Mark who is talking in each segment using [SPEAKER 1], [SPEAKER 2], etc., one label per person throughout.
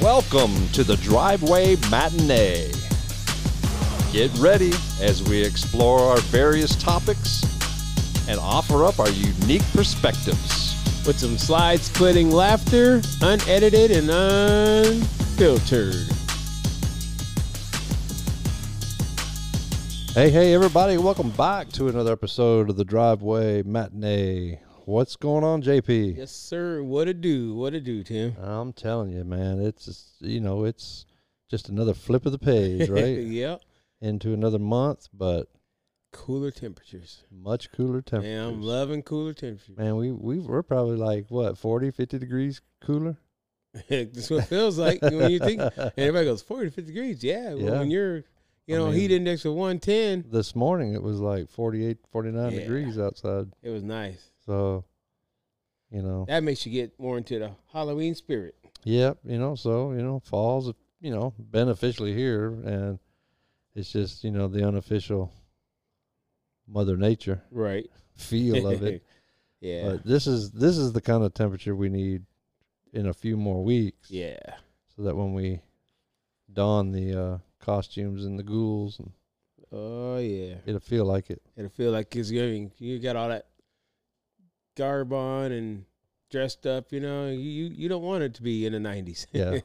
[SPEAKER 1] Welcome to the Driveway Matinee. Get ready as we explore our various topics and offer up our unique perspectives.
[SPEAKER 2] with some slide splitting laughter, unedited and unfiltered.
[SPEAKER 1] Hey, hey, everybody, welcome back to another episode of the Driveway Matinee. What's going on, JP?
[SPEAKER 2] Yes, sir. What a do? What a do, Tim?
[SPEAKER 1] I'm telling you, man, it's just, you know, it's just another flip of the page, right?
[SPEAKER 2] yep.
[SPEAKER 1] Into another month, but
[SPEAKER 2] Cooler temperatures.
[SPEAKER 1] much cooler temperatures.
[SPEAKER 2] Man, I'm loving cooler temperatures.
[SPEAKER 1] Man, we, we we're probably like what 40, 50 degrees cooler.
[SPEAKER 2] That's what it feels like when you think. And everybody goes 40 to 50 degrees. Yeah. Well,
[SPEAKER 1] Yeah.
[SPEAKER 2] when you're, you
[SPEAKER 1] I
[SPEAKER 2] know,
[SPEAKER 1] mean-
[SPEAKER 2] heat index of 110,
[SPEAKER 1] This morning it was like 48, 49
[SPEAKER 2] Yeah.
[SPEAKER 1] degrees outside.
[SPEAKER 2] it was nice.
[SPEAKER 1] So, you know,
[SPEAKER 2] That makes you get more into the Halloween spirit.
[SPEAKER 1] yep, you know, so you know, falls, you know, beneficially here, and it's just you know the unofficial Mother Nature
[SPEAKER 2] Right.
[SPEAKER 1] feel of it.
[SPEAKER 2] yeah.
[SPEAKER 1] But this is this is the kind of temperature we need in a few more weeks,
[SPEAKER 2] yeah.
[SPEAKER 1] so that when we don the uh, costumes and the ghouls, and
[SPEAKER 2] Oh, yeah.
[SPEAKER 1] it'll feel like it.
[SPEAKER 2] It'll feel like it's giving. You got all that garb on and dressed up. You know, you you, you don't want it to be in the nineties.
[SPEAKER 1] Yeah.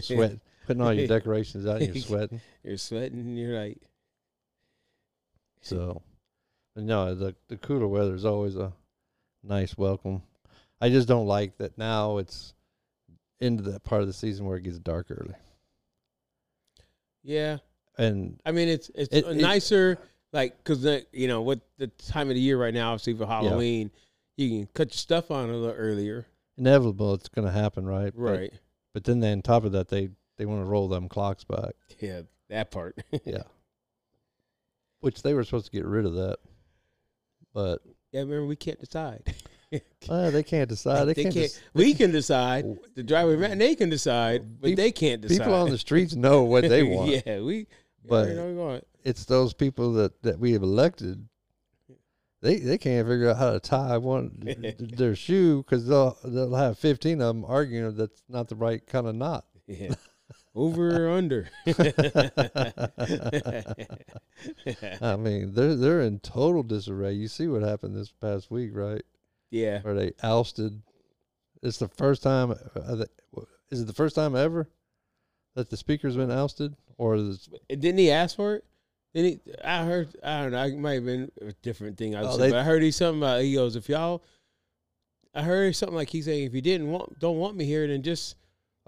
[SPEAKER 1] sweat, putting all your decorations out, and you're sweating.
[SPEAKER 2] you're sweating. and You're like,
[SPEAKER 1] So, but no, the the cooler weather is always a nice welcome. I just don't like that now it's into that part of the season where it gets dark early,
[SPEAKER 2] yeah.
[SPEAKER 1] and
[SPEAKER 2] I mean, it's it's
[SPEAKER 1] It-
[SPEAKER 2] a
[SPEAKER 1] it-
[SPEAKER 2] nicer, like, cause the, you know what the time of the year right now, obviously for Halloween, you can cut your stuff on a little earlier,
[SPEAKER 1] inevitable it's going to happen, right? But-
[SPEAKER 2] right?
[SPEAKER 1] But, then, they, on top of that, they they want to roll them clocks back,
[SPEAKER 2] yeah, that part.
[SPEAKER 1] Yeah. which they were supposed to get rid of that, but
[SPEAKER 2] yeah, remember we can't decide.
[SPEAKER 1] uh, they can't decide. They,
[SPEAKER 2] they
[SPEAKER 1] can't.
[SPEAKER 2] can't.
[SPEAKER 1] dec-
[SPEAKER 2] we can decide. The driver, man, they can decide, but
[SPEAKER 1] Peop-
[SPEAKER 2] they can't decide.
[SPEAKER 1] people on the streets know what they want.
[SPEAKER 2] yeah, we.
[SPEAKER 1] But-
[SPEAKER 2] But you know, we want.
[SPEAKER 1] it's those people that, that we have elected. They they can't figure out how to tie one th- th- their shoe because they'll they'll have fifteen of them arguing that's not the right kind of knot.
[SPEAKER 2] Yeah. Over or under?
[SPEAKER 1] I mean they're they're in total disarray. You see what happened this past week, right?
[SPEAKER 2] yeah.
[SPEAKER 1] Where they ousted. It's the first time. uh, that- Is it the first time ever that the speaker's been ousted? Or is,
[SPEAKER 2] Didn't he ask for it? Didn't he, I heard. I don't know. It might have been a different thing. I was
[SPEAKER 1] Oh, they-
[SPEAKER 2] saying, but I heard he something about. He goes, if y'all. I heard something like he's saying, if you didn't want, don't want me here, then just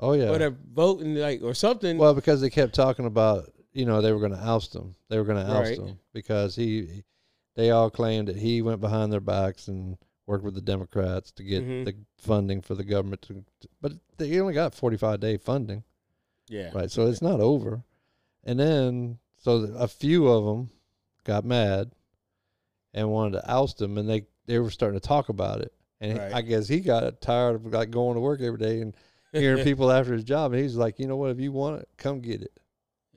[SPEAKER 1] oh yeah,
[SPEAKER 2] whatever, vote and like or something.
[SPEAKER 1] Well, because they kept talking about, you know, they were going to oust him. They were going to oust
[SPEAKER 2] Right.
[SPEAKER 1] him because he, they all claimed that he went behind their backs and worked with the Democrats to get
[SPEAKER 2] Mhm.
[SPEAKER 1] the funding for the government. To, to- but they only got 45 day funding,
[SPEAKER 2] yeah.
[SPEAKER 1] right? So it's not over. And then, so th- a few of them got mad and wanted to oust him, and they, they were starting to talk about it. And he-
[SPEAKER 2] Right.
[SPEAKER 1] I guess he got tired of like going to work every day and hearing people after his job. And he's like, you know what? If you want it, come get it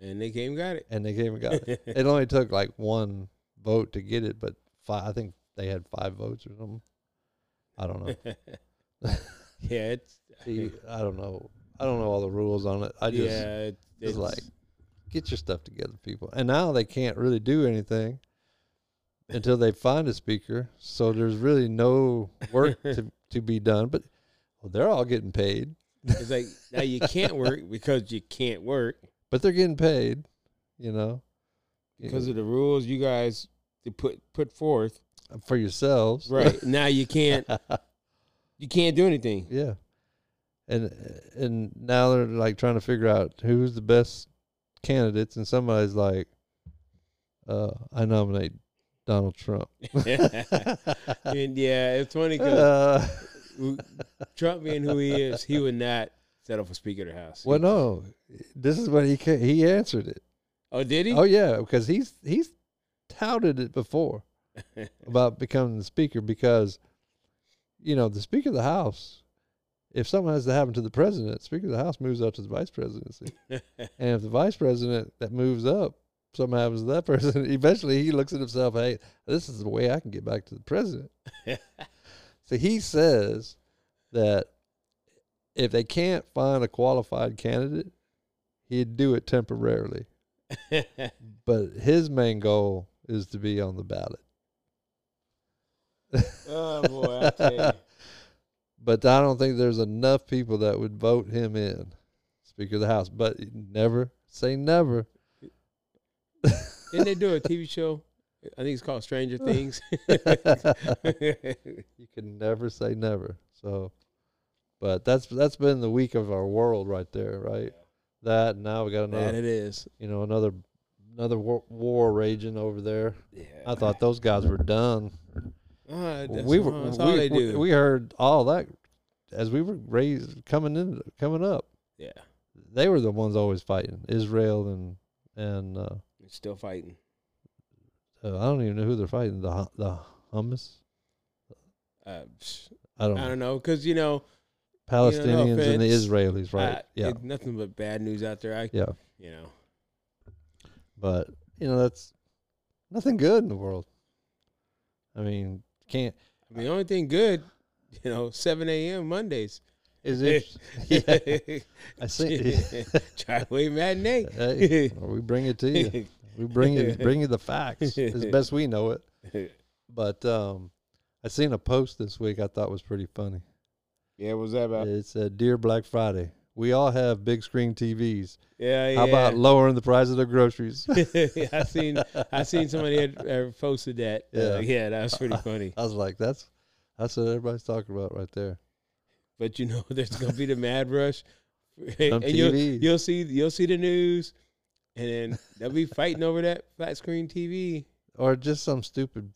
[SPEAKER 2] And they came and got it.
[SPEAKER 1] and they came and got it. It only took like one vote to get it, but five, I think they had five votes or something. I don't know.
[SPEAKER 2] yeah. It's.
[SPEAKER 1] See, I don't know. I don't know all the rules on it. I just
[SPEAKER 2] yeah. It,
[SPEAKER 1] just
[SPEAKER 2] it's
[SPEAKER 1] like get your stuff together, people. And now they can't really do anything until they find a speaker. So there's really no work to, to be done. But well, they're all getting paid,
[SPEAKER 2] It's like now you can't work because you can't work
[SPEAKER 1] but they're getting paid, you know, you
[SPEAKER 2] because
[SPEAKER 1] know,
[SPEAKER 2] of the rules you guys to put put forth.
[SPEAKER 1] for yourselves,
[SPEAKER 2] Right now you can't you can't do anything.
[SPEAKER 1] Yeah. And and now they're like trying to figure out who's the best candidates and somebody's like uh I nominate Donald Trump.
[SPEAKER 2] and yeah, it's funny because
[SPEAKER 1] Uh,
[SPEAKER 2] Trump being who he is, he would not set up a speaker of the house.
[SPEAKER 1] well no. This is what he ca- he answered it.
[SPEAKER 2] Oh, did he?
[SPEAKER 1] Oh yeah, because he's he's touted it before about becoming the speaker because you know, the speaker of the house if something has to happen to the president, speaker of the house moves up to the vice presidency. And if the vice president that moves up, something happens to that person, eventually he looks at himself, hey, this is the way I can get back to the president. so he says that if they can't find a qualified candidate, he'd do it temporarily. But his main goal is to be on the ballot.
[SPEAKER 2] oh boy, I tell you.
[SPEAKER 1] But I don't think there's enough people that would vote him in, Speaker of the House. But never say never.
[SPEAKER 2] Didn't they do a TV show? I think it's called Stranger Things.
[SPEAKER 1] you can never say never. So, but that's that's been the week of our world right there, right? That and now we got
[SPEAKER 2] that
[SPEAKER 1] another,
[SPEAKER 2] it is.
[SPEAKER 1] you know, another another war, war raging over there.
[SPEAKER 2] Yeah.
[SPEAKER 1] I thought those guys were done.
[SPEAKER 2] Ah, that's,
[SPEAKER 1] we were
[SPEAKER 2] were, that's all
[SPEAKER 1] we,
[SPEAKER 2] they
[SPEAKER 1] we-
[SPEAKER 2] do.
[SPEAKER 1] we heard all that as we were raised coming in coming up.
[SPEAKER 2] yeah.
[SPEAKER 1] They were the ones always fighting Israel and and uh,
[SPEAKER 2] They're still fighting.
[SPEAKER 1] uh, I don't even know who they're fighting the Hu- the Hamas.
[SPEAKER 2] Uh, psh,
[SPEAKER 1] I don't
[SPEAKER 2] I
[SPEAKER 1] know.
[SPEAKER 2] don't know because you know,
[SPEAKER 1] Palestinians and the
[SPEAKER 2] offense.
[SPEAKER 1] Israelis, right?
[SPEAKER 2] I-
[SPEAKER 1] yeah,
[SPEAKER 2] it's nothing but bad news out there. I,
[SPEAKER 1] yeah.
[SPEAKER 2] you know,
[SPEAKER 1] But you know that's nothing good in the world. I mean, can't
[SPEAKER 2] I mean, the only thing good, you know, seven a.m. Mondays.
[SPEAKER 1] is it? yeah, I see.
[SPEAKER 2] Driveway matinee.
[SPEAKER 1] hey, we bring it to you. We bring you bring you the facts as best we know it. But um, I seen a post this week I thought was pretty funny.
[SPEAKER 2] yeah, what's that about?
[SPEAKER 1] It said, "Dear Black Friday, we all have big screen TVs.
[SPEAKER 2] Yeah, yeah.
[SPEAKER 1] How about lowering the price of the groceries?"
[SPEAKER 2] I seen I seen somebody had, had posted that.
[SPEAKER 1] Yeah.
[SPEAKER 2] Yeah, yeah, that was pretty funny.
[SPEAKER 1] I was like, "That's that's what everybody's talking about right there."
[SPEAKER 2] But you know, there's gonna be the mad rush,
[SPEAKER 1] On
[SPEAKER 2] and you'll
[SPEAKER 1] TV.
[SPEAKER 2] you'll see you'll see the news, and then they'll be fighting over that flat screen TV.
[SPEAKER 1] Or just some stupid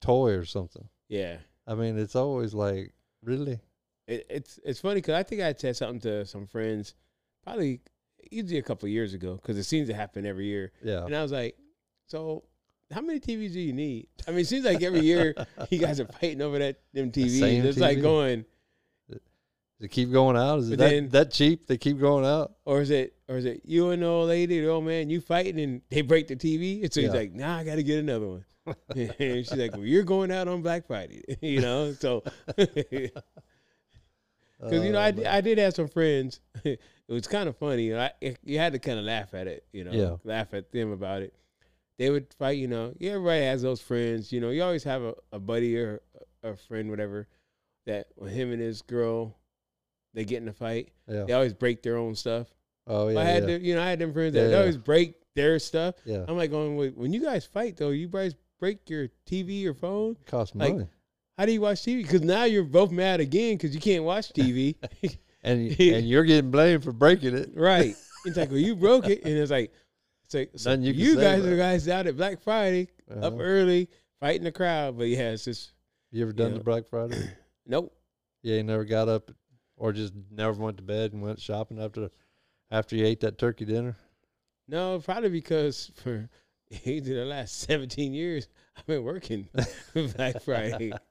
[SPEAKER 1] toy or something.
[SPEAKER 2] Yeah,
[SPEAKER 1] I mean, it's always like, really?
[SPEAKER 2] it, it's it's funny because I think I said something to some friends, probably easily a couple years ago, because it seems to happen every year.
[SPEAKER 1] Yeah.
[SPEAKER 2] And I was like, so how many TVs do you need? I mean, it seems like every year you guys are fighting over that them TVs.
[SPEAKER 1] same
[SPEAKER 2] it's like
[SPEAKER 1] TV.
[SPEAKER 2] going,
[SPEAKER 1] They keep going out. Is it
[SPEAKER 2] But
[SPEAKER 1] that,
[SPEAKER 2] then-
[SPEAKER 1] that cheap? They keep going out.
[SPEAKER 2] or is it or is it you and the old lady, the old man, you fighting and they break the TV? And so he's
[SPEAKER 1] Yeah.
[SPEAKER 2] like, nah, I gotta get another one. and she's like, well, you're going out on Black Friday, you know? So, because, you know, I,
[SPEAKER 1] Um,
[SPEAKER 2] di- I did have some friends. it was kind of funny. and I, it- you had to kind of laugh at it, you know,
[SPEAKER 1] Yeah.
[SPEAKER 2] laugh at them about it. They would fight, you know, yeah, everybody has those friends, you know, you always have a, a buddy or a friend, whatever, that when him and his girl, they get in a fight,
[SPEAKER 1] yeah.
[SPEAKER 2] they always break their own stuff.
[SPEAKER 1] Oh yeah.
[SPEAKER 2] I had
[SPEAKER 1] yeah.
[SPEAKER 2] them, you know, I had them friends
[SPEAKER 1] Yeah,
[SPEAKER 2] that
[SPEAKER 1] yeah.
[SPEAKER 2] always break their stuff.
[SPEAKER 1] yeah.
[SPEAKER 2] I'm like going, Wait, when you guys fight though, you guys break your TV or phone.
[SPEAKER 1] Cost
[SPEAKER 2] like-
[SPEAKER 1] money.
[SPEAKER 2] How do you watch TV? Because now you're both mad again because you can't watch TV,
[SPEAKER 1] and and you're getting blamed for breaking it.
[SPEAKER 2] right? It's like, well, you broke it, and it's like, it's like so
[SPEAKER 1] Nothing you
[SPEAKER 2] you,
[SPEAKER 1] can say
[SPEAKER 2] guys
[SPEAKER 1] about
[SPEAKER 2] are
[SPEAKER 1] it.
[SPEAKER 2] guys out at Black Friday up
[SPEAKER 1] Uh-huh.
[SPEAKER 2] early fighting the crowd, but yeah, it's just
[SPEAKER 1] You ever done
[SPEAKER 2] Yeah.
[SPEAKER 1] the Black Friday?
[SPEAKER 2] nope.
[SPEAKER 1] Yeah, you never got up, or just never went to bed and went shopping after after you ate that turkey dinner.
[SPEAKER 2] No, probably because for either the last 17 years, I've been working Black Friday.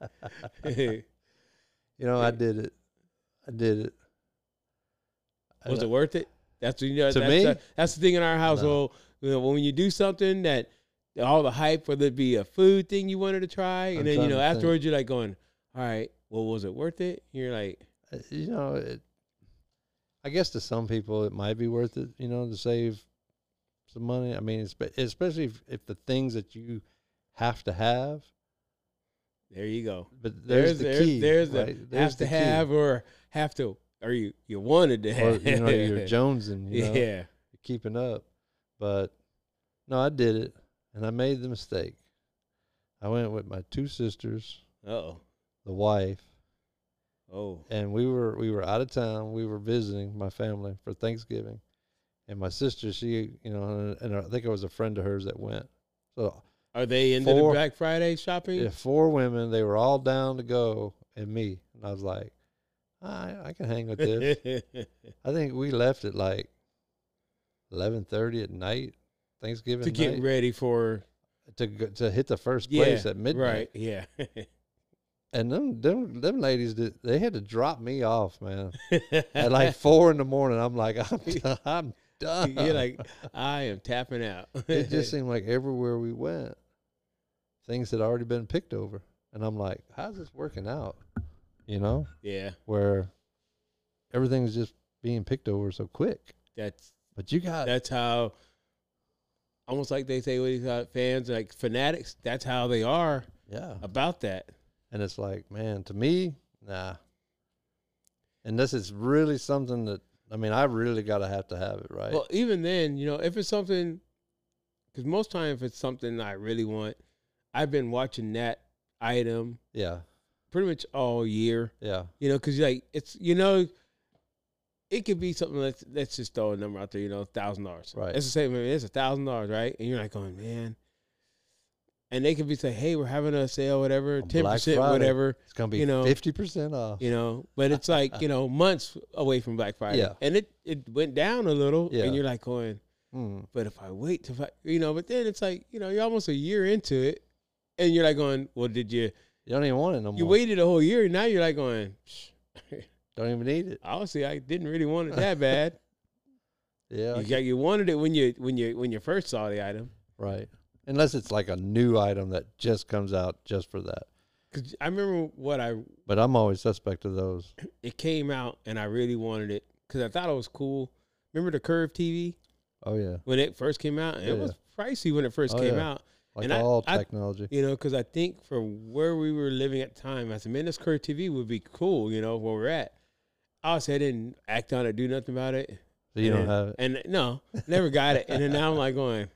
[SPEAKER 1] You know, I
[SPEAKER 2] Yeah.
[SPEAKER 1] did it. I did it. I
[SPEAKER 2] Was
[SPEAKER 1] know-
[SPEAKER 2] it worth it? That's you know.
[SPEAKER 1] Uh, To
[SPEAKER 2] that's,
[SPEAKER 1] me?
[SPEAKER 2] the, that's the thing in our household. You know, when you do something that all the hype, whether it be a food thing you wanted to try, and
[SPEAKER 1] I'm
[SPEAKER 2] then
[SPEAKER 1] trying
[SPEAKER 2] you know
[SPEAKER 1] to think.
[SPEAKER 2] afterwards you're like going, "All right, well, was it worth it?" You're like,
[SPEAKER 1] Uh, you know, it, I guess to some people it might be worth it, you know, to save some money. I mean, espe- especially if, if the things that you have to have,
[SPEAKER 2] "There you go."
[SPEAKER 1] but there's, the key.
[SPEAKER 2] there's the
[SPEAKER 1] right?
[SPEAKER 2] have to
[SPEAKER 1] key.
[SPEAKER 2] have or have to or you you wanted to
[SPEAKER 1] or
[SPEAKER 2] have.
[SPEAKER 1] you know, you're jonesing, you know,
[SPEAKER 2] yeah,
[SPEAKER 1] you're keeping up. But no, I did it, and I made the mistake. I went with my two sisters,
[SPEAKER 2] oh,
[SPEAKER 1] the wife,
[SPEAKER 2] oh,
[SPEAKER 1] and we were we were out of town. We were visiting my family for Thanksgiving, and my sister, she you know, and, and I think it was a friend of hers that went. So
[SPEAKER 2] are they into
[SPEAKER 1] Four-
[SPEAKER 2] the Black Friday shopping?
[SPEAKER 1] yeah, four women, they were all down to go, and me, and I was like, I I can hang with this. I think we left at like eleven thirty at night, Thanksgiving
[SPEAKER 2] to get
[SPEAKER 1] night,
[SPEAKER 2] ready for
[SPEAKER 1] to go- to hit the first
[SPEAKER 2] yeah,
[SPEAKER 1] place at midnight.
[SPEAKER 2] Right, yeah.
[SPEAKER 1] And them them them ladies, did, they had to drop me off, man. at like four in the morning, I'm like, I'm, I'm done.
[SPEAKER 2] You're like, I am tapping out.
[SPEAKER 1] it just seemed like everywhere we went, things had already been picked over. And I'm like, how's this working out? You know,
[SPEAKER 2] yeah.
[SPEAKER 1] where everything's just being picked over so quick.
[SPEAKER 2] That's
[SPEAKER 1] But you got
[SPEAKER 2] that's how. Almost like they say, what do you call it, fans like fanatics. That's how they are
[SPEAKER 1] yeah,
[SPEAKER 2] about that.
[SPEAKER 1] and it's like, man, to me, nah. Unless it's really something that I mean, I really gotta have to have it right.
[SPEAKER 2] Well, even then, you know, if it's something, because most time if it's something I really want, I've been watching that item
[SPEAKER 1] yeah,
[SPEAKER 2] pretty much all year.
[SPEAKER 1] yeah,
[SPEAKER 2] You know, because like it's you know, it could be something. Let's let's just throw a number out there. You know, thousand dollars.
[SPEAKER 1] Right.
[SPEAKER 2] It's the same. I mean, it's a thousand dollars, right? And you're like going, man. And they could be saying, hey, we're having a sale, whatever,
[SPEAKER 1] On
[SPEAKER 2] ten
[SPEAKER 1] Black
[SPEAKER 2] percent,
[SPEAKER 1] Friday.
[SPEAKER 2] whatever.
[SPEAKER 1] it's gonna be
[SPEAKER 2] You know,
[SPEAKER 1] fifty percent off.
[SPEAKER 2] You know, but it's like you know months away from Black Friday,
[SPEAKER 1] Yeah.
[SPEAKER 2] and it it went down a little,
[SPEAKER 1] Yeah.
[SPEAKER 2] and you're like going,
[SPEAKER 1] Mm,
[SPEAKER 2] but if I wait to, fi- you know, but then it's like you know you're almost a year into it, and you're like going, well, did you
[SPEAKER 1] you don't even want it no more.
[SPEAKER 2] you waited a whole year, and now you're like going, "Psh,
[SPEAKER 1] Don't even need it.
[SPEAKER 2] honestly, I didn't really want it that bad.
[SPEAKER 1] Yeah,
[SPEAKER 2] you got you wanted it when you when you when you first saw the item.
[SPEAKER 1] right. Unless it's like a new item that just comes out just for that.
[SPEAKER 2] Cause I remember what I
[SPEAKER 1] But I'm always suspect of those.
[SPEAKER 2] it came out, and I really wanted it because I thought it was cool. Remember the Curve TV
[SPEAKER 1] Oh yeah,
[SPEAKER 2] when it first came out?
[SPEAKER 1] Yeah,
[SPEAKER 2] It was pricey when it first
[SPEAKER 1] Oh,
[SPEAKER 2] came
[SPEAKER 1] yeah.
[SPEAKER 2] out.
[SPEAKER 1] like
[SPEAKER 2] And I-
[SPEAKER 1] all
[SPEAKER 2] I-
[SPEAKER 1] technology.
[SPEAKER 2] You know, because I think for where we were living at the time, I said, man, this Curve TV would be cool, you know, where we're at. I said, I didn't act on it, do nothing about it.
[SPEAKER 1] so you don't
[SPEAKER 2] and,
[SPEAKER 1] have it.
[SPEAKER 2] And uh, no, never got it. And then now I'm like going,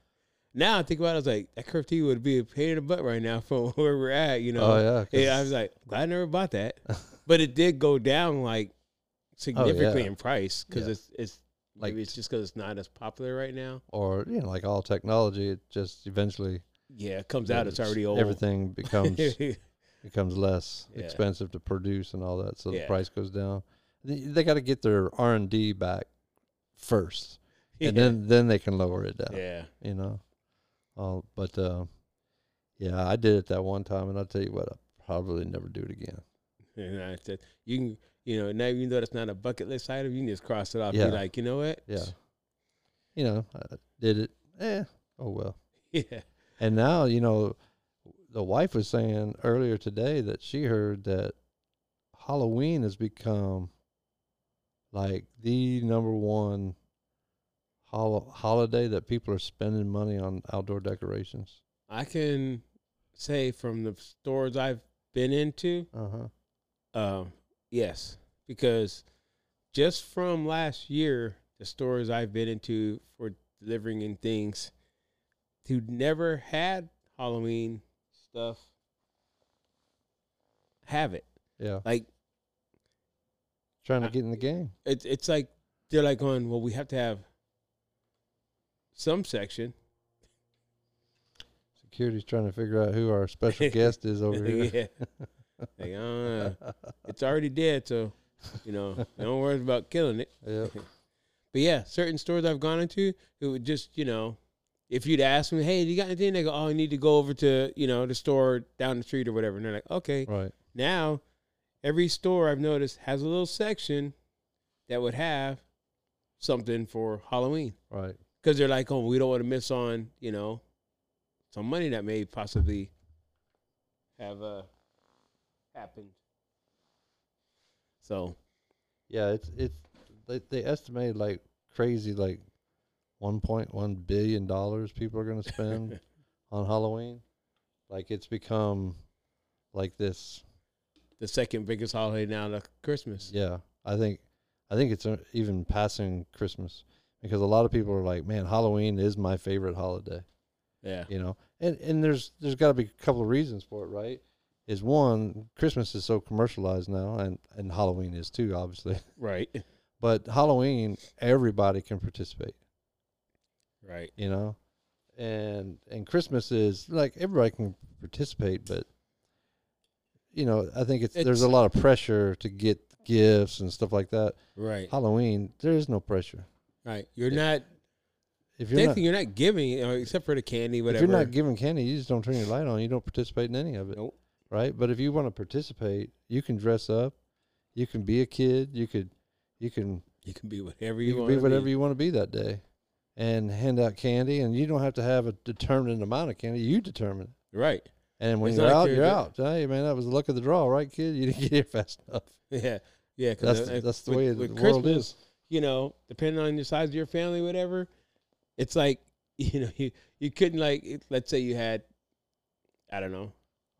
[SPEAKER 2] now I think about it, I was like, that Curve TV would be a pain in the butt right now from where we're at, you know.
[SPEAKER 1] oh yeah, 'cause
[SPEAKER 2] Yeah, I was like, glad I never bought that. But it did go down like significantly in price because
[SPEAKER 1] Oh, Yeah.
[SPEAKER 2] it's it's
[SPEAKER 1] Like-
[SPEAKER 2] like maybe it's just because it's not as popular right now.
[SPEAKER 1] or you know, like all technology, it just eventually
[SPEAKER 2] Yeah, it comes out it's already old.
[SPEAKER 1] Everything becomes
[SPEAKER 2] yeah,
[SPEAKER 1] becomes less
[SPEAKER 2] Yeah.
[SPEAKER 1] expensive to produce and all that, so the
[SPEAKER 2] Yeah.
[SPEAKER 1] price goes down. They, got to get their R and D back first, and then then they can lower it down.
[SPEAKER 2] yeah,
[SPEAKER 1] You know, uh, but uh, yeah, I did it that one time, and I'll tell you what, I'll probably never do it again.
[SPEAKER 2] and I said you can you know now even though that's not a bucket list item, you can just cross it off.
[SPEAKER 1] Yeah.
[SPEAKER 2] Be like, you know what?
[SPEAKER 1] Yeah, you know, I did it. Eh, oh well.
[SPEAKER 2] yeah,
[SPEAKER 1] And now, you know, the wife was saying earlier today that she heard that Halloween has become like the number one hol- holiday that people are spending money on outdoor decorations.
[SPEAKER 2] I can say from the stores I've been into,
[SPEAKER 1] Uh huh.
[SPEAKER 2] Um, yes, because just from last year, the stores I've been into for delivering in things who never had Halloween stuff have it.
[SPEAKER 1] Yeah.
[SPEAKER 2] Like
[SPEAKER 1] Trying to
[SPEAKER 2] I-
[SPEAKER 1] get in the game.
[SPEAKER 2] it's it's like they're like going, well, we have to have some section.
[SPEAKER 1] Security's trying to figure out who our special guest is over here.
[SPEAKER 2] yeah. Like, uh, it's already dead, so you know, don't worry about killing it.
[SPEAKER 1] Yep.
[SPEAKER 2] But yeah, certain stores I've gone into, it would just, you know, if you'd ask them, hey, do you got anything? They go, oh, I need to go over to, you know, the store down the street or whatever. And they're like, okay.
[SPEAKER 1] Right.
[SPEAKER 2] Now, every store I've noticed has a little section that would have something for Halloween.
[SPEAKER 1] Right.
[SPEAKER 2] Because they're like, oh, we don't want to miss on, you know, some money that may possibly have uh, happened. So,
[SPEAKER 1] Yeah. It's, it's, they, they estimated like crazy, like $1.1 billion people are going to spend on Halloween. Like it's become like this.
[SPEAKER 2] the second biggest holiday now to Christmas.
[SPEAKER 1] Yeah, I think I think it's uh, even passing Christmas because a lot of people are like, "Man, Halloween is my favorite holiday."
[SPEAKER 2] Yeah.
[SPEAKER 1] You know, and and there's there's got to be a couple of reasons for it, right? Is one Christmas is so commercialized now, and and Halloween is too, obviously.
[SPEAKER 2] Right.
[SPEAKER 1] But Halloween, everybody can participate.
[SPEAKER 2] Right.
[SPEAKER 1] you know and and christmas is like everybody can participate but you know i think it's, there's
[SPEAKER 2] It's-
[SPEAKER 1] a lot of pressure to get gifts and stuff like that
[SPEAKER 2] Right.
[SPEAKER 1] halloween there is no pressure
[SPEAKER 2] Right. You're
[SPEAKER 1] Yeah.
[SPEAKER 2] not
[SPEAKER 1] if you're
[SPEAKER 2] you're
[SPEAKER 1] not,
[SPEAKER 2] not, you're not giving uh, except for the candy,
[SPEAKER 1] if
[SPEAKER 2] whatever.
[SPEAKER 1] you're not giving candy you just don't turn your light on you don't participate in any of it
[SPEAKER 2] Nope.
[SPEAKER 1] right but if you want to participate you can dress up you can be a kid you could you can
[SPEAKER 2] you can be whatever you,
[SPEAKER 1] you can
[SPEAKER 2] want.
[SPEAKER 1] be whatever you want to be that day and hand out candy and you don't have to have a determined amount of candy you determine it
[SPEAKER 2] Right.
[SPEAKER 1] And when
[SPEAKER 2] It's
[SPEAKER 1] you're
[SPEAKER 2] not
[SPEAKER 1] out,
[SPEAKER 2] clear
[SPEAKER 1] you're
[SPEAKER 2] that-
[SPEAKER 1] out. Hey, man, that was the luck of the draw, right, kid? You didn't get here fast enough.
[SPEAKER 2] Yeah. Yeah, 'cause
[SPEAKER 1] That's the-
[SPEAKER 2] if-
[SPEAKER 1] that's the
[SPEAKER 2] with-
[SPEAKER 1] way the
[SPEAKER 2] with
[SPEAKER 1] world
[SPEAKER 2] Christmas,
[SPEAKER 1] is.
[SPEAKER 2] You know, depending on the size of your family, whatever, it's like you know you you couldn't like it- let's say you had I don't know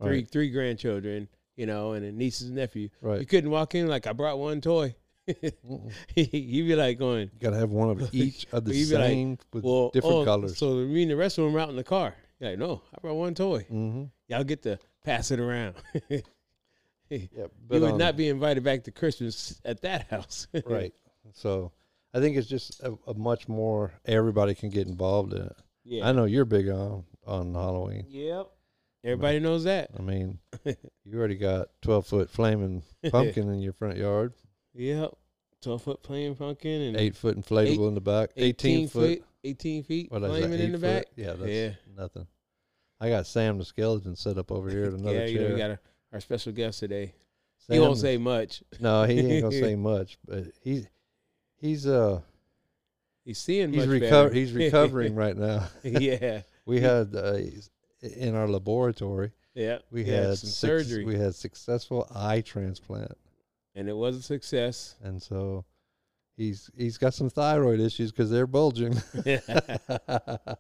[SPEAKER 2] three
[SPEAKER 1] Right,
[SPEAKER 2] three grandchildren, you know, and a nieces and nephew. You
[SPEAKER 1] right.
[SPEAKER 2] couldn't walk in like I brought one toy.
[SPEAKER 1] Mm-mm.
[SPEAKER 2] you'd be like going,
[SPEAKER 1] You gotta have one of each of the
[SPEAKER 2] Well, you'd be like,
[SPEAKER 1] same with
[SPEAKER 2] well,
[SPEAKER 1] different
[SPEAKER 2] oh,
[SPEAKER 1] colors.
[SPEAKER 2] So me and the rest of them are out in the car. You're like, no, I brought one toy.
[SPEAKER 1] mm-hmm.
[SPEAKER 2] Y'all get to pass it around.
[SPEAKER 1] Yeah, but
[SPEAKER 2] you would
[SPEAKER 1] um,
[SPEAKER 2] not be invited back to Christmas at that house.
[SPEAKER 1] right. So I think it's just a, a much more everybody can get involved in it.
[SPEAKER 2] yeah.
[SPEAKER 1] I know you're big on on Halloween.
[SPEAKER 2] Yep. Everybody knows that.
[SPEAKER 1] I mean, you already got twelve foot flaming pumpkin in your front yard,
[SPEAKER 2] Yep. Twelve foot playing pumpkin and
[SPEAKER 1] eight foot inflatable in the back, eighteen, foot.
[SPEAKER 2] feet, eighteen feet
[SPEAKER 1] What is that,
[SPEAKER 2] flaming in
[SPEAKER 1] eight
[SPEAKER 2] the
[SPEAKER 1] foot?
[SPEAKER 2] back.
[SPEAKER 1] Yeah, that's
[SPEAKER 2] Yeah.
[SPEAKER 1] nothing. I got Sam the skeleton set up over here at another
[SPEAKER 2] yeah, you
[SPEAKER 1] chair.
[SPEAKER 2] know, we got a, our special guest today.
[SPEAKER 1] Sam
[SPEAKER 2] he won't
[SPEAKER 1] is-
[SPEAKER 2] say much.
[SPEAKER 1] no. He ain't gonna say much, but he's he's uh
[SPEAKER 2] He's seeing
[SPEAKER 1] he's
[SPEAKER 2] much
[SPEAKER 1] recover
[SPEAKER 2] better.
[SPEAKER 1] he's recovering right now.
[SPEAKER 2] yeah.
[SPEAKER 1] We had uh, in our laboratory
[SPEAKER 2] Yeah.
[SPEAKER 1] we
[SPEAKER 2] He
[SPEAKER 1] had
[SPEAKER 2] some
[SPEAKER 1] suc-
[SPEAKER 2] surgery
[SPEAKER 1] We had successful eye transplant.
[SPEAKER 2] and it was a success.
[SPEAKER 1] and so he's he's got some thyroid issues because they're bulging. but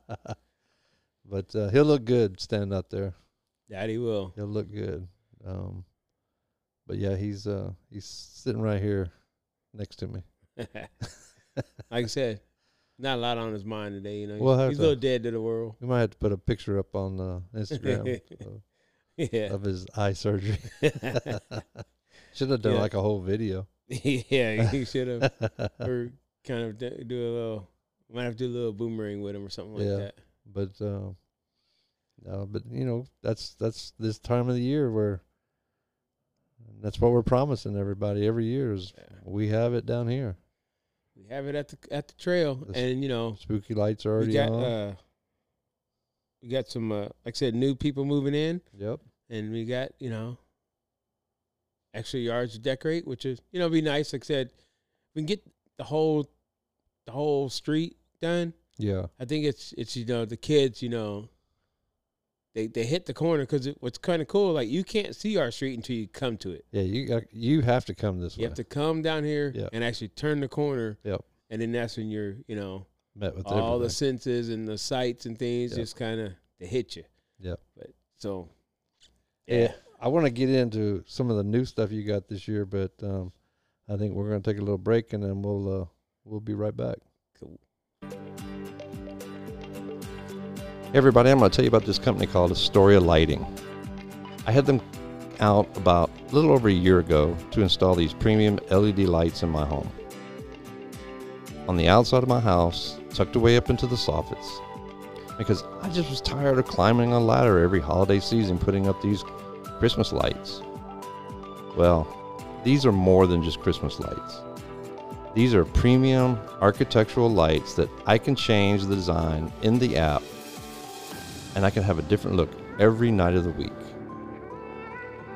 [SPEAKER 1] uh, he'll look good standing out there.
[SPEAKER 2] Daddy will.
[SPEAKER 1] He'll look good. Um, but yeah, he's uh, he's sitting right here next to me.
[SPEAKER 2] like I said, not a lot on his mind today, you know.
[SPEAKER 1] We'll have
[SPEAKER 2] he's
[SPEAKER 1] to-
[SPEAKER 2] a little dead to the world.
[SPEAKER 1] We might have to put a picture up on uh, Instagram of,
[SPEAKER 2] Yeah.
[SPEAKER 1] of his eye surgery. Should have done
[SPEAKER 2] Yeah.
[SPEAKER 1] like a whole video.
[SPEAKER 2] yeah, he should have
[SPEAKER 1] but
[SPEAKER 2] or kind of do do a little might have to do a little boomerang with him or something like
[SPEAKER 1] Yeah.
[SPEAKER 2] that.
[SPEAKER 1] um, no, but you know that's that's this time of the year where that's what we're promising everybody every year is
[SPEAKER 2] Yeah.
[SPEAKER 1] We have it down here.
[SPEAKER 2] We have it at the at the trail,
[SPEAKER 1] That's-
[SPEAKER 2] and you know
[SPEAKER 1] Spooky lights are
[SPEAKER 2] we
[SPEAKER 1] already
[SPEAKER 2] got
[SPEAKER 1] on.
[SPEAKER 2] uh, we got some uh, like I said, new people moving in,
[SPEAKER 1] yep.
[SPEAKER 2] and we got you know extra yards to decorate, which is you know be nice. Like I said, we can get the whole the whole street done.
[SPEAKER 1] Yeah.
[SPEAKER 2] I think it's it's you know the kids you know they they hit the corner because what's kind of cool like you can't see our street until you come to it.
[SPEAKER 1] Yeah. You got, you have to come this
[SPEAKER 2] You
[SPEAKER 1] way.
[SPEAKER 2] have to come down here
[SPEAKER 1] Yep.
[SPEAKER 2] and actually turn the corner.
[SPEAKER 1] Yep.
[SPEAKER 2] And then that's when you're, you know,
[SPEAKER 1] Met with
[SPEAKER 2] all the
[SPEAKER 1] everything.
[SPEAKER 2] senses and the sights and things
[SPEAKER 1] Yep.
[SPEAKER 2] just kind of they hit you.
[SPEAKER 1] Yep.
[SPEAKER 2] But so,
[SPEAKER 1] Yeah. I want to get into some of the new stuff you got this year, but um, I think we're going to take a little break and then we'll uh, we'll be right back.
[SPEAKER 2] Cool.
[SPEAKER 1] Hey everybody, I'm going to tell you about this company called Astoria Lighting. I had them out about a little over a year ago to install these premium LED lights in my home. On the outside of my house, tucked away up into the soffits, because I just was tired of climbing a ladder every holiday season putting up these Christmas lights. Well, these are more than just Christmas lights. These are premium architectural lights that I can change the design in the app and I can have a different look every night of the week.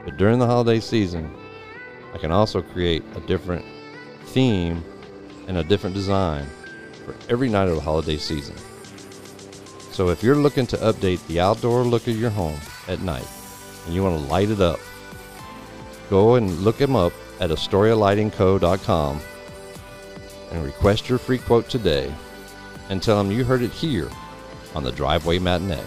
[SPEAKER 1] But during the holiday season, I can also create a different theme and a different design for every night of the holiday season. So if you're looking to update the outdoor look of your home at night and you want to light it up, go and look them up at astorialightingco.com and request your free quote today and tell them you heard it here on the Driveway Matinee.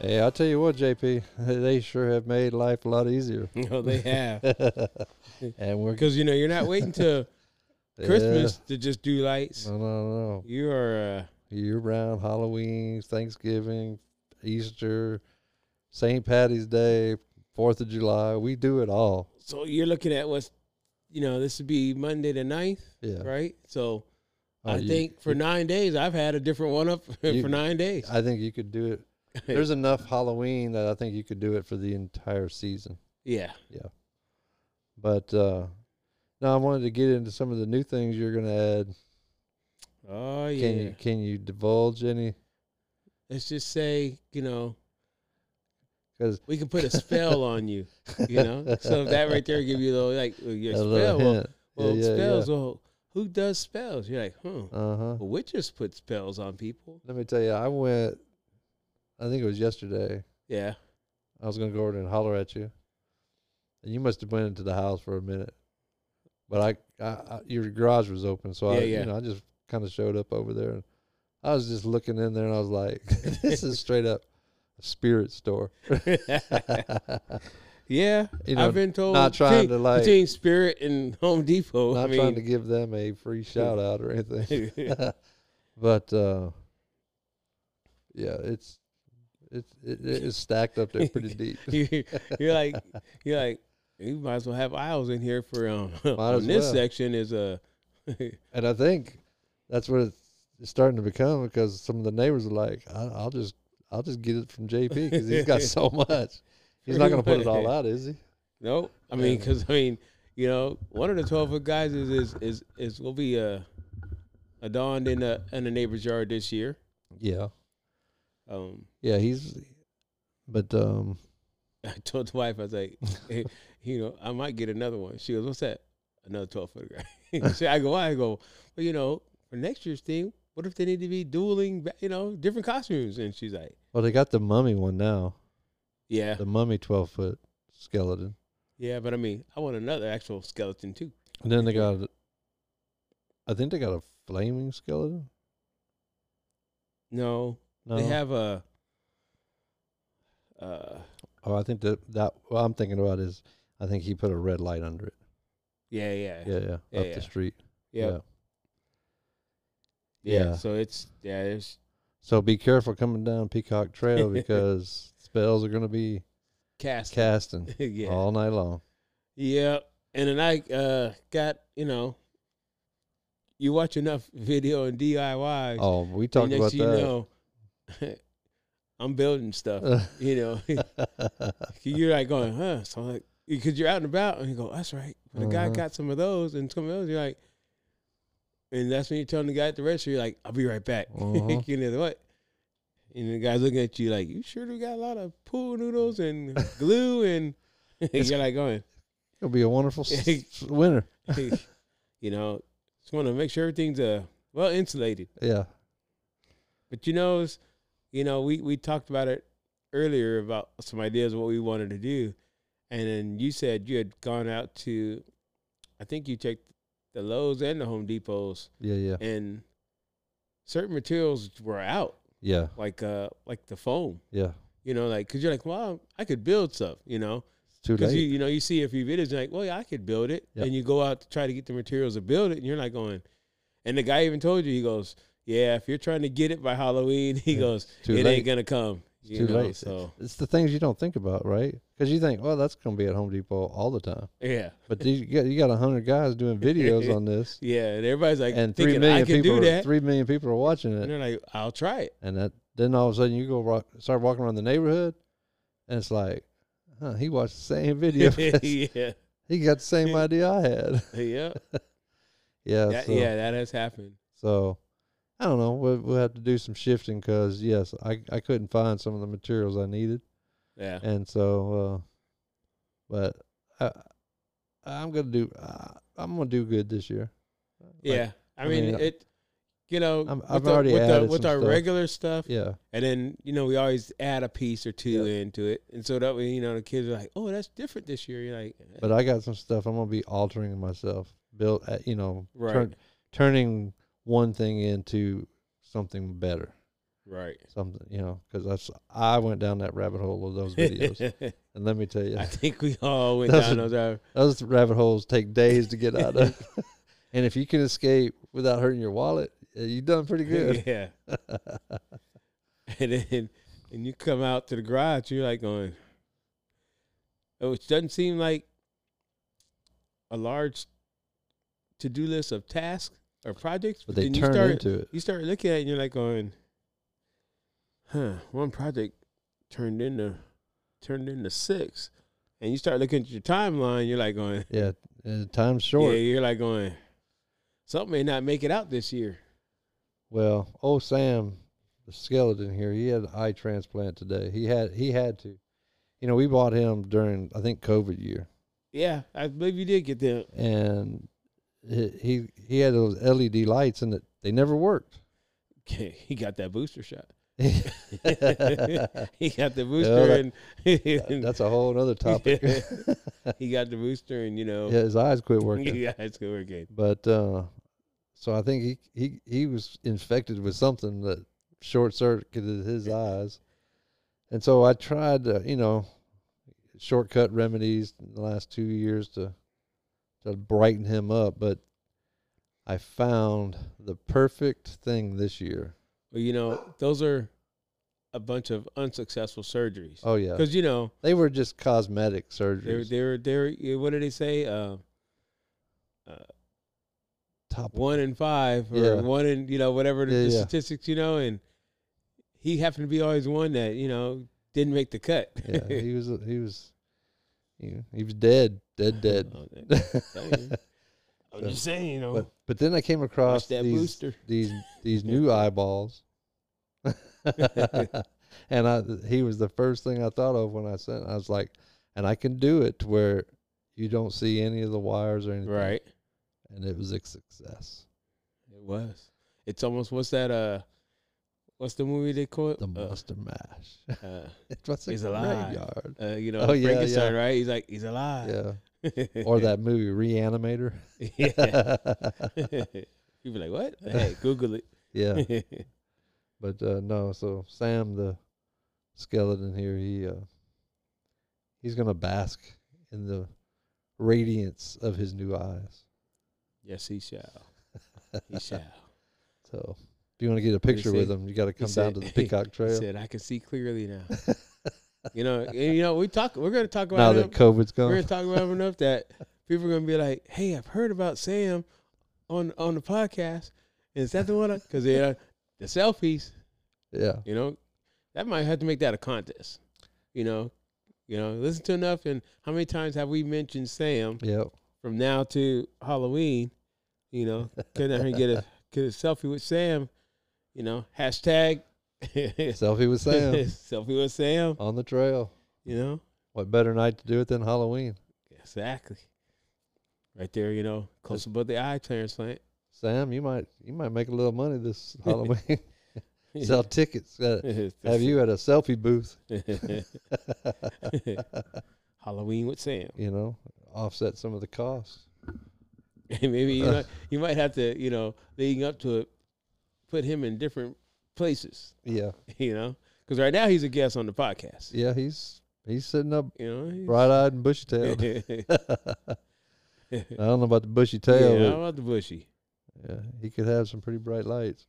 [SPEAKER 1] Hey, I'll tell you what, JP, they sure have made life a lot easier.
[SPEAKER 2] you know, they have
[SPEAKER 1] and we're
[SPEAKER 2] because you know you're not waiting till Christmas to just do lights.
[SPEAKER 1] Yeah. No, no, no.
[SPEAKER 2] You are uh,
[SPEAKER 1] Year round, Halloween, Thanksgiving, Easter, St. Patty's Day, Fourth of July. We do it all.
[SPEAKER 2] so you're looking at what's you know this would be Monday the 9th,
[SPEAKER 1] Yeah.
[SPEAKER 2] right? So
[SPEAKER 1] Uh,
[SPEAKER 2] I
[SPEAKER 1] you-
[SPEAKER 2] think for nine days I've had a different one up
[SPEAKER 1] You-
[SPEAKER 2] for nine days.
[SPEAKER 1] I think you could do it. There's enough Halloween that I think you could do it for the entire season.
[SPEAKER 2] yeah,
[SPEAKER 1] But uh now I wanted to get into some of the new things you're going to add.
[SPEAKER 2] oh yeah.
[SPEAKER 1] Can you can you divulge any?
[SPEAKER 2] Let's just say you know
[SPEAKER 1] 'Cause-
[SPEAKER 2] we can put a spell on you. You know, so that right there give you a little like well, your
[SPEAKER 1] A
[SPEAKER 2] spell.
[SPEAKER 1] little
[SPEAKER 2] Well,
[SPEAKER 1] hint.
[SPEAKER 2] Well,
[SPEAKER 1] yeah, yeah,
[SPEAKER 2] spells. Well, who does spells? You're like, huh?
[SPEAKER 1] Uh huh.
[SPEAKER 2] Well, witches put spells on people.
[SPEAKER 1] Let me tell you, I went. I think it was yesterday.
[SPEAKER 2] Yeah.
[SPEAKER 1] I was gonna go over there and holler at you, and you must have went into the house for a minute. But I, I, I your garage was open, so I,
[SPEAKER 2] Yeah, yeah.
[SPEAKER 1] you know, I just kind of showed up over there, and I was just looking in there, and I was like, "This is straight up a spirit store."
[SPEAKER 2] yeah.
[SPEAKER 1] You know,
[SPEAKER 2] I've been told
[SPEAKER 1] not trying
[SPEAKER 2] between-
[SPEAKER 1] to like,
[SPEAKER 2] between Spirit and Home Depot.
[SPEAKER 1] not
[SPEAKER 2] I mean,
[SPEAKER 1] trying to give them a free shout out or anything. but uh, yeah, it's it's it, it is stacked up there pretty deep.
[SPEAKER 2] you, you're like you're like you might as well have aisles in here for um
[SPEAKER 1] as
[SPEAKER 2] on this
[SPEAKER 1] well.
[SPEAKER 2] section is a
[SPEAKER 1] And I think that's what it's, it's starting to become because some of the neighbors are like, I, "I'll just, I'll just get it from JP because he's got so much. He's not going to put it all out, is he?"
[SPEAKER 2] no I mean because I mean you know one of the twelve foot guys is is is, is will be uh adorned in a in a neighbor's yard this year
[SPEAKER 1] Yeah,
[SPEAKER 2] um
[SPEAKER 1] yeah, he's. But um,
[SPEAKER 2] I told the wife I was like "Hey, you know I might get another one she goes what's that another twelve foot guy so I go why I go well you know for next year's thing what if they need to be dueling ba- you know different costumes and she's like
[SPEAKER 1] well, they got the mummy one now,
[SPEAKER 2] yeah
[SPEAKER 1] the mummy twelve foot skeleton,
[SPEAKER 2] Yeah, but I mean, I want another actual skeleton too.
[SPEAKER 1] and then they got. I think they got a flaming skeleton.
[SPEAKER 2] No,
[SPEAKER 1] No,
[SPEAKER 2] they have a. Uh,
[SPEAKER 1] oh, I think that that what I'm thinking about is, I think he put a red light under it.
[SPEAKER 2] yeah, yeah, yeah,
[SPEAKER 1] Yeah, yeah,
[SPEAKER 2] Yeah,
[SPEAKER 1] up
[SPEAKER 2] yeah.
[SPEAKER 1] the street.
[SPEAKER 2] yeah,
[SPEAKER 1] yeah.
[SPEAKER 2] So it's yeah, there's
[SPEAKER 1] So be careful coming down Peacock Trail because spells are going to be
[SPEAKER 2] cast.
[SPEAKER 1] casting
[SPEAKER 2] yeah,
[SPEAKER 1] all night long.
[SPEAKER 2] yeah, and then I uh got you know. You watch enough video and DIY.
[SPEAKER 1] Oh, we talked about
[SPEAKER 2] you
[SPEAKER 1] that.
[SPEAKER 2] know, I'm building stuff. you know, you're like going, huh? So like, because you're out and about, and you go, that's right. But the guy
[SPEAKER 1] Uh-huh.
[SPEAKER 2] got some of those, and some of those, you're like, and that's when you're telling the guy at the register, you're like, I'll be right back.
[SPEAKER 1] Uh-huh.
[SPEAKER 2] you know what? And the guy's looking at you like, you sure do got a lot of pool noodles and glue, and you're like going,
[SPEAKER 1] It'll be a wonderful s- s- winter.
[SPEAKER 2] you know, just want to make sure everything's uh well insulated.
[SPEAKER 1] Yeah.
[SPEAKER 2] But you know, it's- you know, we we talked about it earlier about some ideas of what we wanted to do, and then you said you had gone out to, I think you checked the Lowe's and the Home Depots,
[SPEAKER 1] Yeah. Yeah.
[SPEAKER 2] and certain materials were out,
[SPEAKER 1] Yeah.
[SPEAKER 2] like uh like the foam,
[SPEAKER 1] Yeah.
[SPEAKER 2] you know, like because you're like, well, I could build stuff, you know,
[SPEAKER 1] It's too
[SPEAKER 2] because
[SPEAKER 1] late.
[SPEAKER 2] you you know you see a few videos you're like, well, yeah, I could build it,
[SPEAKER 1] Yep.
[SPEAKER 2] and you go out to try to get the materials to build it, and you're not going, and the guy even told you he goes. Yeah, if you're trying to get it by Halloween, he
[SPEAKER 1] Yeah.
[SPEAKER 2] goes,
[SPEAKER 1] Too
[SPEAKER 2] it
[SPEAKER 1] late.
[SPEAKER 2] ain't gonna come.
[SPEAKER 1] It's
[SPEAKER 2] You
[SPEAKER 1] too
[SPEAKER 2] know,
[SPEAKER 1] late.
[SPEAKER 2] So
[SPEAKER 1] It's the things you don't think about, right? Because you think, well, that's going to be at Home Depot all the time.
[SPEAKER 2] yeah,
[SPEAKER 1] But these, you got you got hundred guys doing videos on this,
[SPEAKER 2] yeah. And everybody's like
[SPEAKER 1] and three
[SPEAKER 2] thinking I
[SPEAKER 1] million
[SPEAKER 2] can
[SPEAKER 1] people,
[SPEAKER 2] do
[SPEAKER 1] are,
[SPEAKER 2] that.
[SPEAKER 1] three million people are watching it.
[SPEAKER 2] and they're like, I'll try it.
[SPEAKER 1] And that, then all of a sudden you go rock, start walking around the neighborhood, and it's like, huh, he watched the same video.
[SPEAKER 2] yeah,
[SPEAKER 1] he got the same idea I had.
[SPEAKER 2] yeah,
[SPEAKER 1] Yeah,
[SPEAKER 2] that,
[SPEAKER 1] so,
[SPEAKER 2] yeah. That has happened.
[SPEAKER 1] So I don't know. We'll, we'll have to do some shifting because yes, I I couldn't find some of the materials I needed,
[SPEAKER 2] Yeah,
[SPEAKER 1] and so, uh, but I I'm gonna do uh, I'm gonna do good this year. Like,
[SPEAKER 2] yeah. I
[SPEAKER 1] I
[SPEAKER 2] mean,
[SPEAKER 1] mean, I-
[SPEAKER 2] it. You know,
[SPEAKER 1] I'm-
[SPEAKER 2] with
[SPEAKER 1] I've
[SPEAKER 2] the-
[SPEAKER 1] already
[SPEAKER 2] with, the-
[SPEAKER 1] added
[SPEAKER 2] with
[SPEAKER 1] some
[SPEAKER 2] our
[SPEAKER 1] stuff.
[SPEAKER 2] regular stuff,
[SPEAKER 1] Yeah.
[SPEAKER 2] and then you know we always add a piece or two
[SPEAKER 1] Yeah.
[SPEAKER 2] into it, and so that way you know the kids are like, oh, that's different this year. You're like, "Eh."
[SPEAKER 1] But I got some stuff I'm gonna be altering myself. Built, uh, you know,
[SPEAKER 2] right,
[SPEAKER 1] turning one thing into something better.
[SPEAKER 2] right.
[SPEAKER 1] Something, you know, because I went down that rabbit hole of those videos, and let me tell you,
[SPEAKER 2] I think we all went
[SPEAKER 1] That's
[SPEAKER 2] down
[SPEAKER 1] a-
[SPEAKER 2] those. uh,
[SPEAKER 1] Those rabbit holes take days to get out of. and if you can escape without hurting your wallet, uh, you done pretty good.
[SPEAKER 2] Yeah. and then and you come out to the garage, you're like going, oh, it doesn't seem like a large to do list of tasks or projects,
[SPEAKER 1] But they
[SPEAKER 2] then you
[SPEAKER 1] turn
[SPEAKER 2] start
[SPEAKER 1] into it.
[SPEAKER 2] you start looking at it and you're like going, huh, one project turned into turned into six. And you start looking at your timeline, you're like going,
[SPEAKER 1] Yeah, and time's
[SPEAKER 2] yeah,
[SPEAKER 1] short.
[SPEAKER 2] you're like going, something may not make it out this year.
[SPEAKER 1] Well, old Sam, the skeleton here, he had an eye transplant today. He had he had to. You know, we bought him during I think COVID year,
[SPEAKER 2] Yeah, I believe you did get that.
[SPEAKER 1] and he he- he had those LED lights and it, they never worked.
[SPEAKER 2] he got that booster shot.
[SPEAKER 1] That-
[SPEAKER 2] he got the booster
[SPEAKER 1] that-
[SPEAKER 2] and,
[SPEAKER 1] That's a whole other topic.
[SPEAKER 2] Yeah. he got the booster and you know
[SPEAKER 1] Yeah, his eyes quit working.
[SPEAKER 2] yeah, it's good working.
[SPEAKER 1] But uh, so I think he, he he was infected with something that short circuited his eyes, and so I tried to you know shortcut remedies in the last two years to to brighten him up, but I found the perfect thing this year.
[SPEAKER 2] But you know, those are a bunch of unsuccessful surgeries
[SPEAKER 1] Oh yeah,
[SPEAKER 2] because you know
[SPEAKER 1] they were just cosmetic
[SPEAKER 2] they're
[SPEAKER 1] surgeries.
[SPEAKER 2] they're they're yeah, what did they say? Uh,
[SPEAKER 1] Top
[SPEAKER 2] one in five or
[SPEAKER 1] Yeah.
[SPEAKER 2] one in you know whatever the,
[SPEAKER 1] Yeah,
[SPEAKER 2] the
[SPEAKER 1] yeah.
[SPEAKER 2] statistics you know, and he happened to be always one that you know didn't make the cut.
[SPEAKER 1] yeah, he was he was he, he was dead, dead, dead.
[SPEAKER 2] Oh, that- telling you. I'm
[SPEAKER 1] So,
[SPEAKER 2] just saying, you know,
[SPEAKER 1] But but then I came across
[SPEAKER 2] watch that
[SPEAKER 1] these
[SPEAKER 2] booster.
[SPEAKER 1] these these new eyeballs, and I he was the first thing I thought of when I sent. I was like, and I can do it to where you don't see any of the wires or anything.
[SPEAKER 2] Right.
[SPEAKER 1] And it was a success.
[SPEAKER 2] It was. It's almost what's that uh what's the movie they call it?
[SPEAKER 1] The
[SPEAKER 2] uh,
[SPEAKER 1] monster mash.
[SPEAKER 2] uh,
[SPEAKER 1] it was a
[SPEAKER 2] He's alive. Ah.
[SPEAKER 1] graveyard.
[SPEAKER 2] uh, you know,
[SPEAKER 1] Oh, yeah,
[SPEAKER 2] Frankenstein,
[SPEAKER 1] yeah.
[SPEAKER 2] right? He's like, he's alive.
[SPEAKER 1] Yeah. Or that movie Reanimator.
[SPEAKER 2] yeah. you be like, what? Hey, Google
[SPEAKER 1] yeah.
[SPEAKER 2] it.
[SPEAKER 1] But uh, no, so Sam the skeleton here, he uh, he's gonna bask in the radiance of his new eyes.
[SPEAKER 2] yes, he shall. He shall.
[SPEAKER 1] So if you want to get a picture with
[SPEAKER 2] said-
[SPEAKER 1] him, you got to come down
[SPEAKER 2] said-
[SPEAKER 1] to the Peacock
[SPEAKER 2] He
[SPEAKER 1] Trail
[SPEAKER 2] said, I can see clearly now. you know, and, you know, we talk. We're gonna talk
[SPEAKER 1] now
[SPEAKER 2] about
[SPEAKER 1] that
[SPEAKER 2] it.
[SPEAKER 1] COVID's
[SPEAKER 2] We're gonna
[SPEAKER 1] gone.
[SPEAKER 2] talk about it enough that people are gonna be like, Hey, I've heard about Sam on on the podcast. Is that the one? Because yeah, the selfies.
[SPEAKER 1] Yeah,
[SPEAKER 2] You know, that might have to make that a contest. You know, you know, listen to enough. And how many times have we mentioned Sam
[SPEAKER 1] yeah.
[SPEAKER 2] from now to Halloween? You know, get out here and get a get a selfie with Sam. You know, hashtag
[SPEAKER 1] Selfie with Sam
[SPEAKER 2] selfie with Sam.
[SPEAKER 1] on the trail.
[SPEAKER 2] You know,
[SPEAKER 1] What better night to do it than Halloween?
[SPEAKER 2] exactly. Right there, you know, close above the eye transplant.
[SPEAKER 1] Sam, you might you might make a little money this Halloween. Sell tickets. uh, have you at a selfie booth?
[SPEAKER 2] Halloween with Sam?
[SPEAKER 1] You know, offset some of the costs.
[SPEAKER 2] Maybe you might, you might have to, you know, leading up to it, put him in different places,
[SPEAKER 1] Yeah,
[SPEAKER 2] you know, because right now he's a guest on the podcast.
[SPEAKER 1] yeah. He's he's sitting up
[SPEAKER 2] You know, he's-
[SPEAKER 1] bright eyed and bushy tailed.
[SPEAKER 2] yeah,
[SPEAKER 1] I don't know about the bushy tail.
[SPEAKER 2] how
[SPEAKER 1] but,
[SPEAKER 2] about the bushy?
[SPEAKER 1] yeah, he could have some pretty bright lights.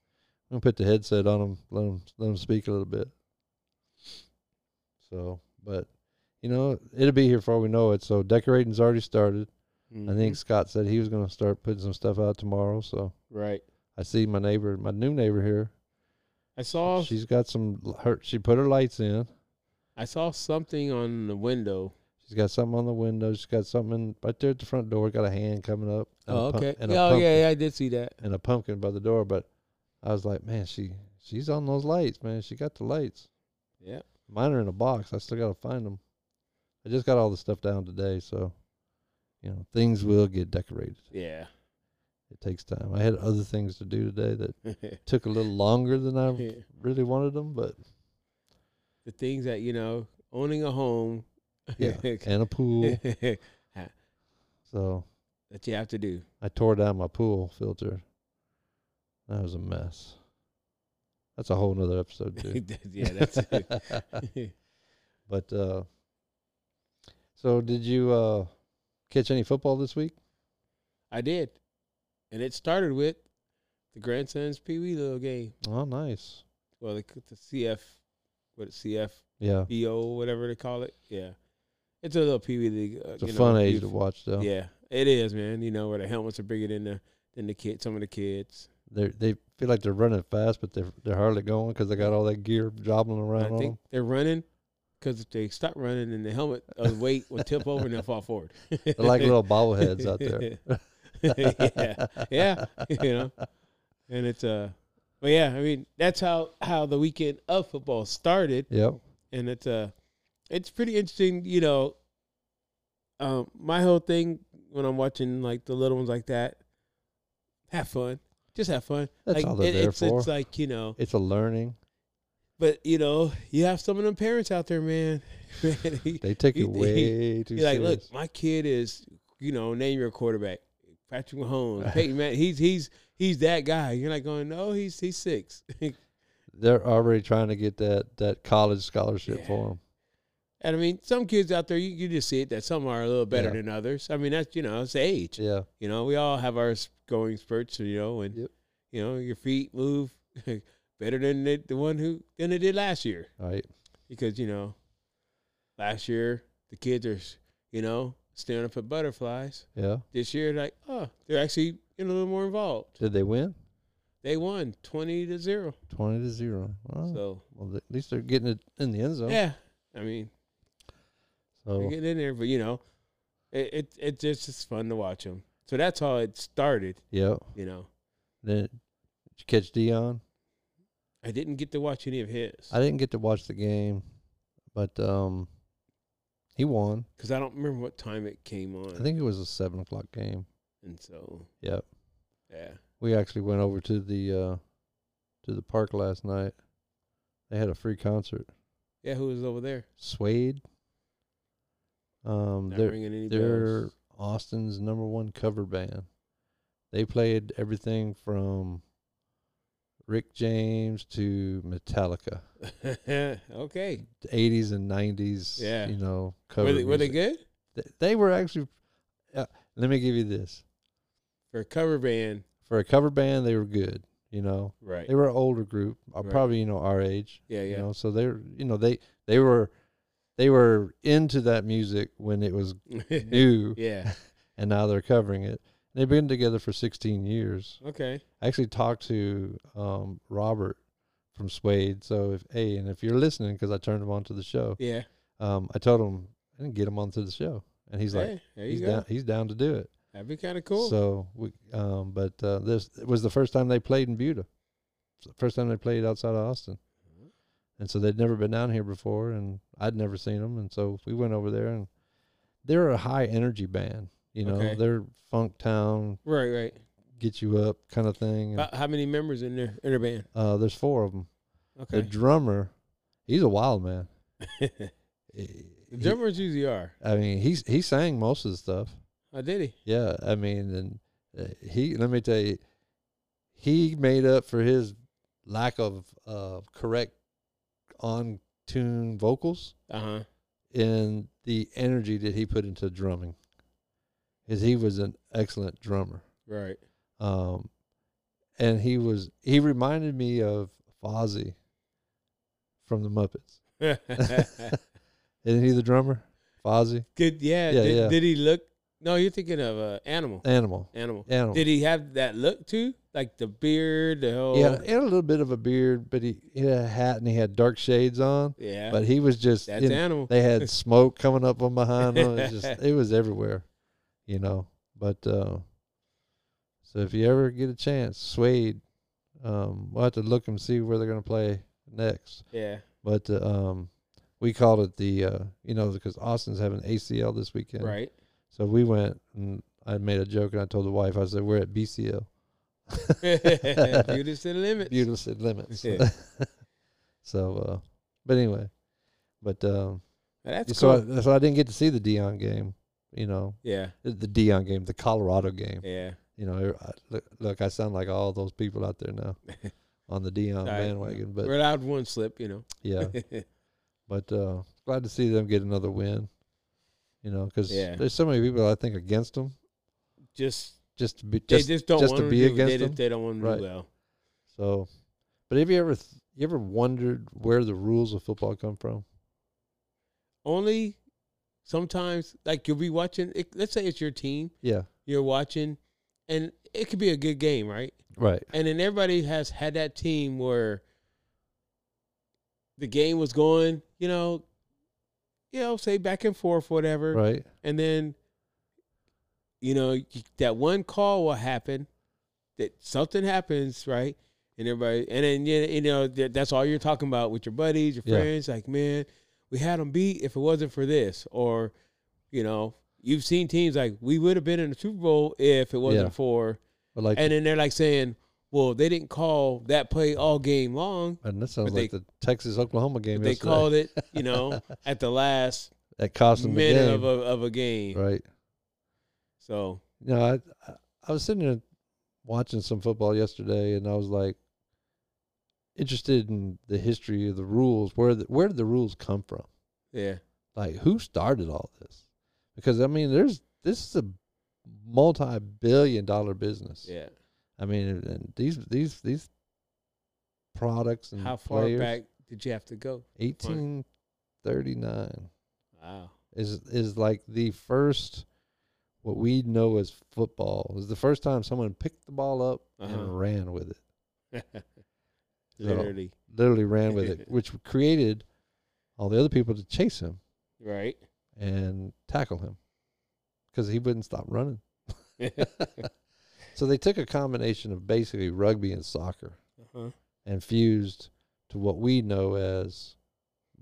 [SPEAKER 1] I'm gonna put the headset on him. Let him let him speak a little bit. So, but you know, it'll be here before we know it. So decorating's already started. I think
[SPEAKER 2] Mhm.
[SPEAKER 1] Scott said he was gonna start putting some stuff out tomorrow. So
[SPEAKER 2] Mm-hmm. right.
[SPEAKER 1] I see my neighbor, my new neighbor here.
[SPEAKER 2] I saw
[SPEAKER 1] She's got some. l- Her she put her lights in.
[SPEAKER 2] I saw something on the window.
[SPEAKER 1] She's got something on the window. She's got something right there at the front door. Got a hand coming up. and
[SPEAKER 2] Oh,
[SPEAKER 1] a pump-
[SPEAKER 2] okay.
[SPEAKER 1] and a
[SPEAKER 2] oh,
[SPEAKER 1] pumpkin.
[SPEAKER 2] yeah, yeah, I did see that.
[SPEAKER 1] and a pumpkin by the door, but I was like, man, she she's on those lights, man. She got the lights.
[SPEAKER 2] Yeah.
[SPEAKER 1] Mine are in a box. I still got to find them. I just got all the stuff down today, so you know things will get decorated.
[SPEAKER 2] Yeah.
[SPEAKER 1] It takes time. I had other things to do today that took a little longer than I
[SPEAKER 2] the
[SPEAKER 1] really wanted them, but
[SPEAKER 2] things that, you know, owning a home
[SPEAKER 1] yeah, and a pool.
[SPEAKER 2] that
[SPEAKER 1] So
[SPEAKER 2] you have to do.
[SPEAKER 1] I tore down my pool filter. That was a mess. That's a whole nother episode too.
[SPEAKER 2] yeah, that's it.
[SPEAKER 1] But uh so did you uh catch any football this week?
[SPEAKER 2] I did. And it started with the grandson's Pee Wee little game.
[SPEAKER 1] Oh nice.
[SPEAKER 2] Well, the, the CF, what CFBO,
[SPEAKER 1] Yeah.
[SPEAKER 2] whatever they call it. Yeah. It's a little Pee Wee league. Uh,
[SPEAKER 1] It's a
[SPEAKER 2] you know,
[SPEAKER 1] fun age to
[SPEAKER 2] youth-
[SPEAKER 1] watch though.
[SPEAKER 2] Yeah, it is, man. You know, where the helmets are bigger than the, than the kid, some of the kids.
[SPEAKER 1] They they feel like they're running fast but they're they're hardly going cuz they got all that gear jobbling
[SPEAKER 2] And
[SPEAKER 1] around
[SPEAKER 2] I
[SPEAKER 1] on
[SPEAKER 2] think they're running because if they stop running, then the helmet of weight will tip over and they'll fall forward.
[SPEAKER 1] them. They're like little bobbleheads out there.
[SPEAKER 2] yeah, yeah, you know, and it's uh, but yeah, I mean that's how how the weekend of football started,
[SPEAKER 1] Yep.
[SPEAKER 2] and it's uh, it's pretty interesting, you know. Um, my whole thing when I'm watching like the little ones like that, have fun. Just have fun.
[SPEAKER 1] That's
[SPEAKER 2] like,
[SPEAKER 1] all they're
[SPEAKER 2] it-
[SPEAKER 1] there
[SPEAKER 2] it's,
[SPEAKER 1] for.
[SPEAKER 2] It's uh, like you know,
[SPEAKER 1] It's a learning.
[SPEAKER 2] but you know, you have some of them parents out there, man. man you-
[SPEAKER 1] They take
[SPEAKER 2] You
[SPEAKER 1] it
[SPEAKER 2] think-
[SPEAKER 1] way too
[SPEAKER 2] you're like, look,
[SPEAKER 1] serious.
[SPEAKER 2] my kid is, you know, name your quarterback, Patrick Mahomes, Peyton Man. He's he's he's that guy. You're not going, no, he's he's six.
[SPEAKER 1] They're already trying to get that that college scholarship
[SPEAKER 2] Yeah.
[SPEAKER 1] for 'em.
[SPEAKER 2] And I mean, some kids out there, you, you just see it that some are a little better
[SPEAKER 1] Yeah.
[SPEAKER 2] than others. I mean, that's you know, it's age.
[SPEAKER 1] Yeah,
[SPEAKER 2] You know, we all have our s- going spurts, you know, and
[SPEAKER 1] Yep.
[SPEAKER 2] you know, your feet move better than the, the one who than it did last year
[SPEAKER 1] all right.
[SPEAKER 2] because you know, last year the kids are s- you know staring up at butterflies.
[SPEAKER 1] Yeah.
[SPEAKER 2] This year, like oh, they're actually you know, a little more involved.
[SPEAKER 1] Did they win?
[SPEAKER 2] They won twenty to zero.
[SPEAKER 1] Twenty to zero. Wow.
[SPEAKER 2] So
[SPEAKER 1] Well, at least they're getting it in the end zone.
[SPEAKER 2] yeah, I mean,
[SPEAKER 1] So
[SPEAKER 2] They get in there, but you know, it it, it just it's fun to watch them. So that's how it started.
[SPEAKER 1] yeah.
[SPEAKER 2] You know,
[SPEAKER 1] Then did you catch Dion?
[SPEAKER 2] I didn't get to watch any of his
[SPEAKER 1] I didn't get to watch the game, but um, he won.
[SPEAKER 2] because I don't remember what time it came on.
[SPEAKER 1] I think it was a seven o'clock game.
[SPEAKER 2] and so
[SPEAKER 1] Yep.
[SPEAKER 2] yeah,
[SPEAKER 1] We actually went over to the uh, to the park last night. They had a free concert.
[SPEAKER 2] yeah. Who was over there?
[SPEAKER 1] Suede. Um,
[SPEAKER 2] Not
[SPEAKER 1] they're
[SPEAKER 2] ringing any
[SPEAKER 1] they're
[SPEAKER 2] bells.
[SPEAKER 1] Austin's number one cover band. They played everything from Rick James to Metallica,
[SPEAKER 2] okay,
[SPEAKER 1] eighties and nineties.
[SPEAKER 2] Yeah.
[SPEAKER 1] you know, cover.
[SPEAKER 2] were they, were they
[SPEAKER 1] music.
[SPEAKER 2] good
[SPEAKER 1] Th- They were actually. Uh, let me give you this:
[SPEAKER 2] for a cover band?
[SPEAKER 1] for a cover band, they were good. You know,
[SPEAKER 2] Right.
[SPEAKER 1] they were an older group, uh,
[SPEAKER 2] Right.
[SPEAKER 1] probably you know our age.
[SPEAKER 2] yeah, yeah.
[SPEAKER 1] You know, so they're you know they they were they were into that music when it was new,
[SPEAKER 2] yeah.
[SPEAKER 1] and now they're covering it. They've been together for 16 years.
[SPEAKER 2] Okay.
[SPEAKER 1] I actually talked to um, Robert from Suede. So if hey, and if you're listening, because I turned him on to the show,
[SPEAKER 2] Yeah.
[SPEAKER 1] um, I told him I didn't get him onto the show, and he's like,
[SPEAKER 2] hey, there you
[SPEAKER 1] he's
[SPEAKER 2] go.
[SPEAKER 1] down, he's down to do it.
[SPEAKER 2] That'd be kind of cool.
[SPEAKER 1] So we, um, but uh, this it was the first time they played in Buda. It's the first time they played outside of Austin,
[SPEAKER 2] Mhm.
[SPEAKER 1] and so they'd never been down here before, and I'd never seen them, and so we went over there, and they're a high energy band. You know,
[SPEAKER 2] Okay.
[SPEAKER 1] they're funk town,
[SPEAKER 2] right, right.
[SPEAKER 1] get you up kind of thing. and,
[SPEAKER 2] How, how many members in their in their band?
[SPEAKER 1] uh, there's four of them. The
[SPEAKER 2] Okay.
[SPEAKER 1] drummer, he's a wild man.
[SPEAKER 2] the
[SPEAKER 1] He-
[SPEAKER 2] drummers usually are.
[SPEAKER 1] I mean, he's he sang most of the stuff.
[SPEAKER 2] Oh, did he?
[SPEAKER 1] Yeah, I mean, and uh, he let me tell you, he made up for his lack of uh, correct on tune vocals
[SPEAKER 2] Uh huh.
[SPEAKER 1] in the energy that he put into drumming, because he was an excellent drummer.
[SPEAKER 2] Right.
[SPEAKER 1] Um, and he was he reminded me of Fozzie from the Muppets. Isn't he the drummer? Fozzie,
[SPEAKER 2] Good. Yeah.
[SPEAKER 1] Yeah,
[SPEAKER 2] did,
[SPEAKER 1] yeah.
[SPEAKER 2] did he look? No, you're thinking of uh, animal.
[SPEAKER 1] animal,
[SPEAKER 2] Animal.
[SPEAKER 1] animal.
[SPEAKER 2] Did he have that look too? Like the beard, the whole.
[SPEAKER 1] He had, he had a little bit of a beard, but he, he had a hat and he had dark shades on.
[SPEAKER 2] Yeah,
[SPEAKER 1] But he was just
[SPEAKER 2] that's
[SPEAKER 1] in-
[SPEAKER 2] animal.
[SPEAKER 1] they had smoke coming up from behind him. It was just it was everywhere, you know. But uh, so if you ever get a chance, Suede, um, we'll have to look and see where they're gonna play next.
[SPEAKER 2] yeah.
[SPEAKER 1] But uh, um, we called it the uh, you know because Austin's having ACL this weekend,
[SPEAKER 2] Right.
[SPEAKER 1] So we went and I made a joke and I told the wife I said we're at BCL.
[SPEAKER 2] Beauty's to the limit.
[SPEAKER 1] Beautiful city limits.
[SPEAKER 2] Yeah.
[SPEAKER 1] so, uh, but anyway, but um,
[SPEAKER 2] That's
[SPEAKER 1] so
[SPEAKER 2] cool.
[SPEAKER 1] I, so I didn't get to see the Dion game. You know,
[SPEAKER 2] yeah.
[SPEAKER 1] the the Dion game, the Colorado game.
[SPEAKER 2] Yeah.
[SPEAKER 1] You know, I, look, look, I sound like all those people out there now on the Dion
[SPEAKER 2] All right.
[SPEAKER 1] bandwagon, but
[SPEAKER 2] We're allowed one slip, you know.
[SPEAKER 1] yeah, but uh, glad to see them get another win. You know, because
[SPEAKER 2] Yeah.
[SPEAKER 1] there's so many people I think against them
[SPEAKER 2] just,
[SPEAKER 1] just to be
[SPEAKER 2] they
[SPEAKER 1] just,
[SPEAKER 2] just don't
[SPEAKER 1] just
[SPEAKER 2] want
[SPEAKER 1] to
[SPEAKER 2] to
[SPEAKER 1] be
[SPEAKER 2] do,
[SPEAKER 1] against
[SPEAKER 2] they,
[SPEAKER 1] them.
[SPEAKER 2] just- They don't want to
[SPEAKER 1] Right.
[SPEAKER 2] do well.
[SPEAKER 1] So, but have you ever th- you ever wondered where the rules of football come from?
[SPEAKER 2] Only sometimes, like you'll be watching. It, let's say it's your team.
[SPEAKER 1] Yeah,
[SPEAKER 2] You're watching, and it could be a good game, right?
[SPEAKER 1] right.
[SPEAKER 2] And then everybody has had that team where the game was going, you know, you know, say back and forth, whatever.
[SPEAKER 1] Right.
[SPEAKER 2] And then, you know, you- that one call will happen, that something happens, right? And everybody, and then you you know that- that's all you're talking about with your buddies, your
[SPEAKER 1] Yeah.
[SPEAKER 2] friends. Like, man, we had them beat if it wasn't for this, or you know, you've seen teams like we would have been in the Super Bowl if it wasn't
[SPEAKER 1] Yeah.
[SPEAKER 2] for
[SPEAKER 1] But like, and,
[SPEAKER 2] And then they're like saying, well, they didn't call that play all game long.
[SPEAKER 1] that sounds
[SPEAKER 2] but
[SPEAKER 1] like the Texas Oklahoma game.
[SPEAKER 2] They
[SPEAKER 1] yesterday.
[SPEAKER 2] called it, you know, at the last
[SPEAKER 1] that cost them the
[SPEAKER 2] minute
[SPEAKER 1] game,
[SPEAKER 2] of uh, a, of a game.
[SPEAKER 1] right?
[SPEAKER 2] So,
[SPEAKER 1] No, I I- I was sitting there watching some football yesterday, and I was like interested in the history of the rules. Where the, where did the rules come from?
[SPEAKER 2] yeah.
[SPEAKER 1] Like who started all this? Because I mean, there's this is a multi-billion dollar business.
[SPEAKER 2] Yeah.
[SPEAKER 1] I mean, and- and these these these products and
[SPEAKER 2] How far
[SPEAKER 1] Mm, players,
[SPEAKER 2] back did you have to go?
[SPEAKER 1] 1839
[SPEAKER 2] Wow.
[SPEAKER 1] is is like the first what we know as football is the first time someone picked the ball up
[SPEAKER 2] Uh-huh.
[SPEAKER 1] and ran with it
[SPEAKER 2] Literally.
[SPEAKER 1] literally ran with it which created all the other people to chase him
[SPEAKER 2] Right.
[SPEAKER 1] and tackle him because he wouldn't stop running so they took a combination of basically rugby and soccer
[SPEAKER 2] uh-huh.
[SPEAKER 1] and fused to what we know as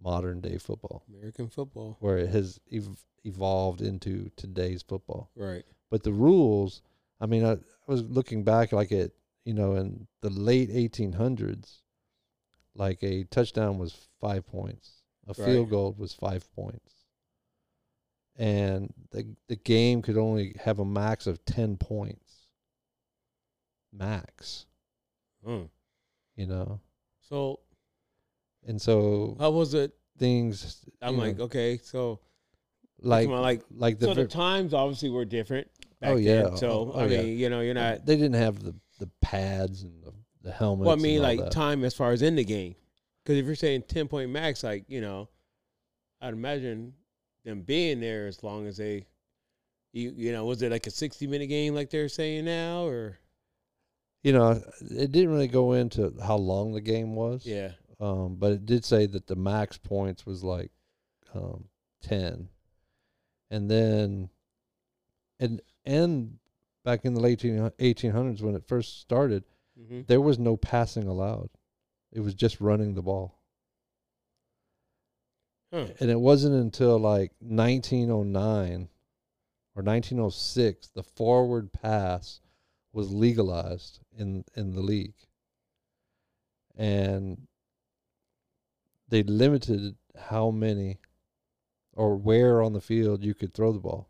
[SPEAKER 1] modern day football
[SPEAKER 2] American football.
[SPEAKER 1] where it has ev- evolved into today's football
[SPEAKER 2] Right.
[SPEAKER 1] but the rules i mean I, I was looking back like at you know in the late 1800s like a touchdown was five points a field
[SPEAKER 2] Right.
[SPEAKER 1] goal was five points and the the game could only have a max of 10 points max
[SPEAKER 2] Mm.
[SPEAKER 1] you know
[SPEAKER 2] So,
[SPEAKER 1] and so
[SPEAKER 2] how was it?
[SPEAKER 1] things
[SPEAKER 2] I'm
[SPEAKER 1] you know,
[SPEAKER 2] like, okay, so
[SPEAKER 1] like
[SPEAKER 2] come on, like
[SPEAKER 1] like the
[SPEAKER 2] so the
[SPEAKER 1] ver-
[SPEAKER 2] times obviously were different back
[SPEAKER 1] Oh, yeah.
[SPEAKER 2] then. So
[SPEAKER 1] Oh, oh,
[SPEAKER 2] I
[SPEAKER 1] yeah.
[SPEAKER 2] mean, you know, you're not.
[SPEAKER 1] they didn't have the the pads and the, the helmets
[SPEAKER 2] Well, I mean,
[SPEAKER 1] and all
[SPEAKER 2] like
[SPEAKER 1] that.
[SPEAKER 2] time as far as in the game, because if you're saying ten point max, like you know, I'd imagine them being there as long as they, you you know, was it like a sixty minute game like they're saying now, or
[SPEAKER 1] you know, it didn't really go into how long the game was.
[SPEAKER 2] yeah,
[SPEAKER 1] Um, but it did say that the max points was like um, ten, and then, and and back in the late eighteen hundreds when it first started,
[SPEAKER 2] mm-hmm.
[SPEAKER 1] there was no passing allowed. It was just running the ball,
[SPEAKER 2] huh.
[SPEAKER 1] and it wasn't until like nineteen oh nine or nineteen oh six the forward pass was legalized in in the league. and they limited how many or where on the field you could throw the ball.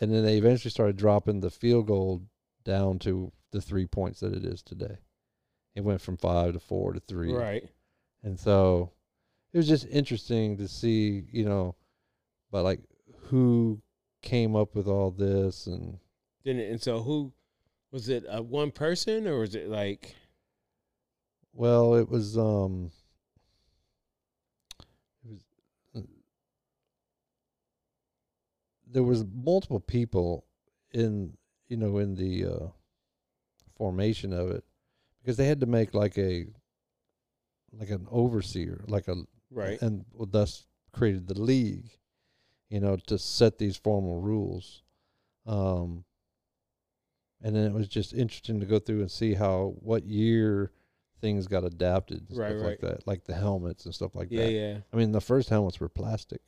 [SPEAKER 1] And then they eventually started dropping the field goal down to the three points that it is today. It went from five to four to three.
[SPEAKER 2] right,
[SPEAKER 1] And so it was just interesting to see, you know, but like who came up with all this and
[SPEAKER 2] then and so who was it? A one person or was it like
[SPEAKER 1] Well, it was um it was uh, there was multiple people in you know in the uh formation of it because they had to make like a like an overseer like a
[SPEAKER 2] right?
[SPEAKER 1] and thus created the league you know to set these formal rules um and then it was just interesting to go through and see how what year things got adapted and
[SPEAKER 2] Right,
[SPEAKER 1] stuff like that like the helmets and stuff like
[SPEAKER 2] yeah,
[SPEAKER 1] that
[SPEAKER 2] yeah,
[SPEAKER 1] i mean the first helmets were plastic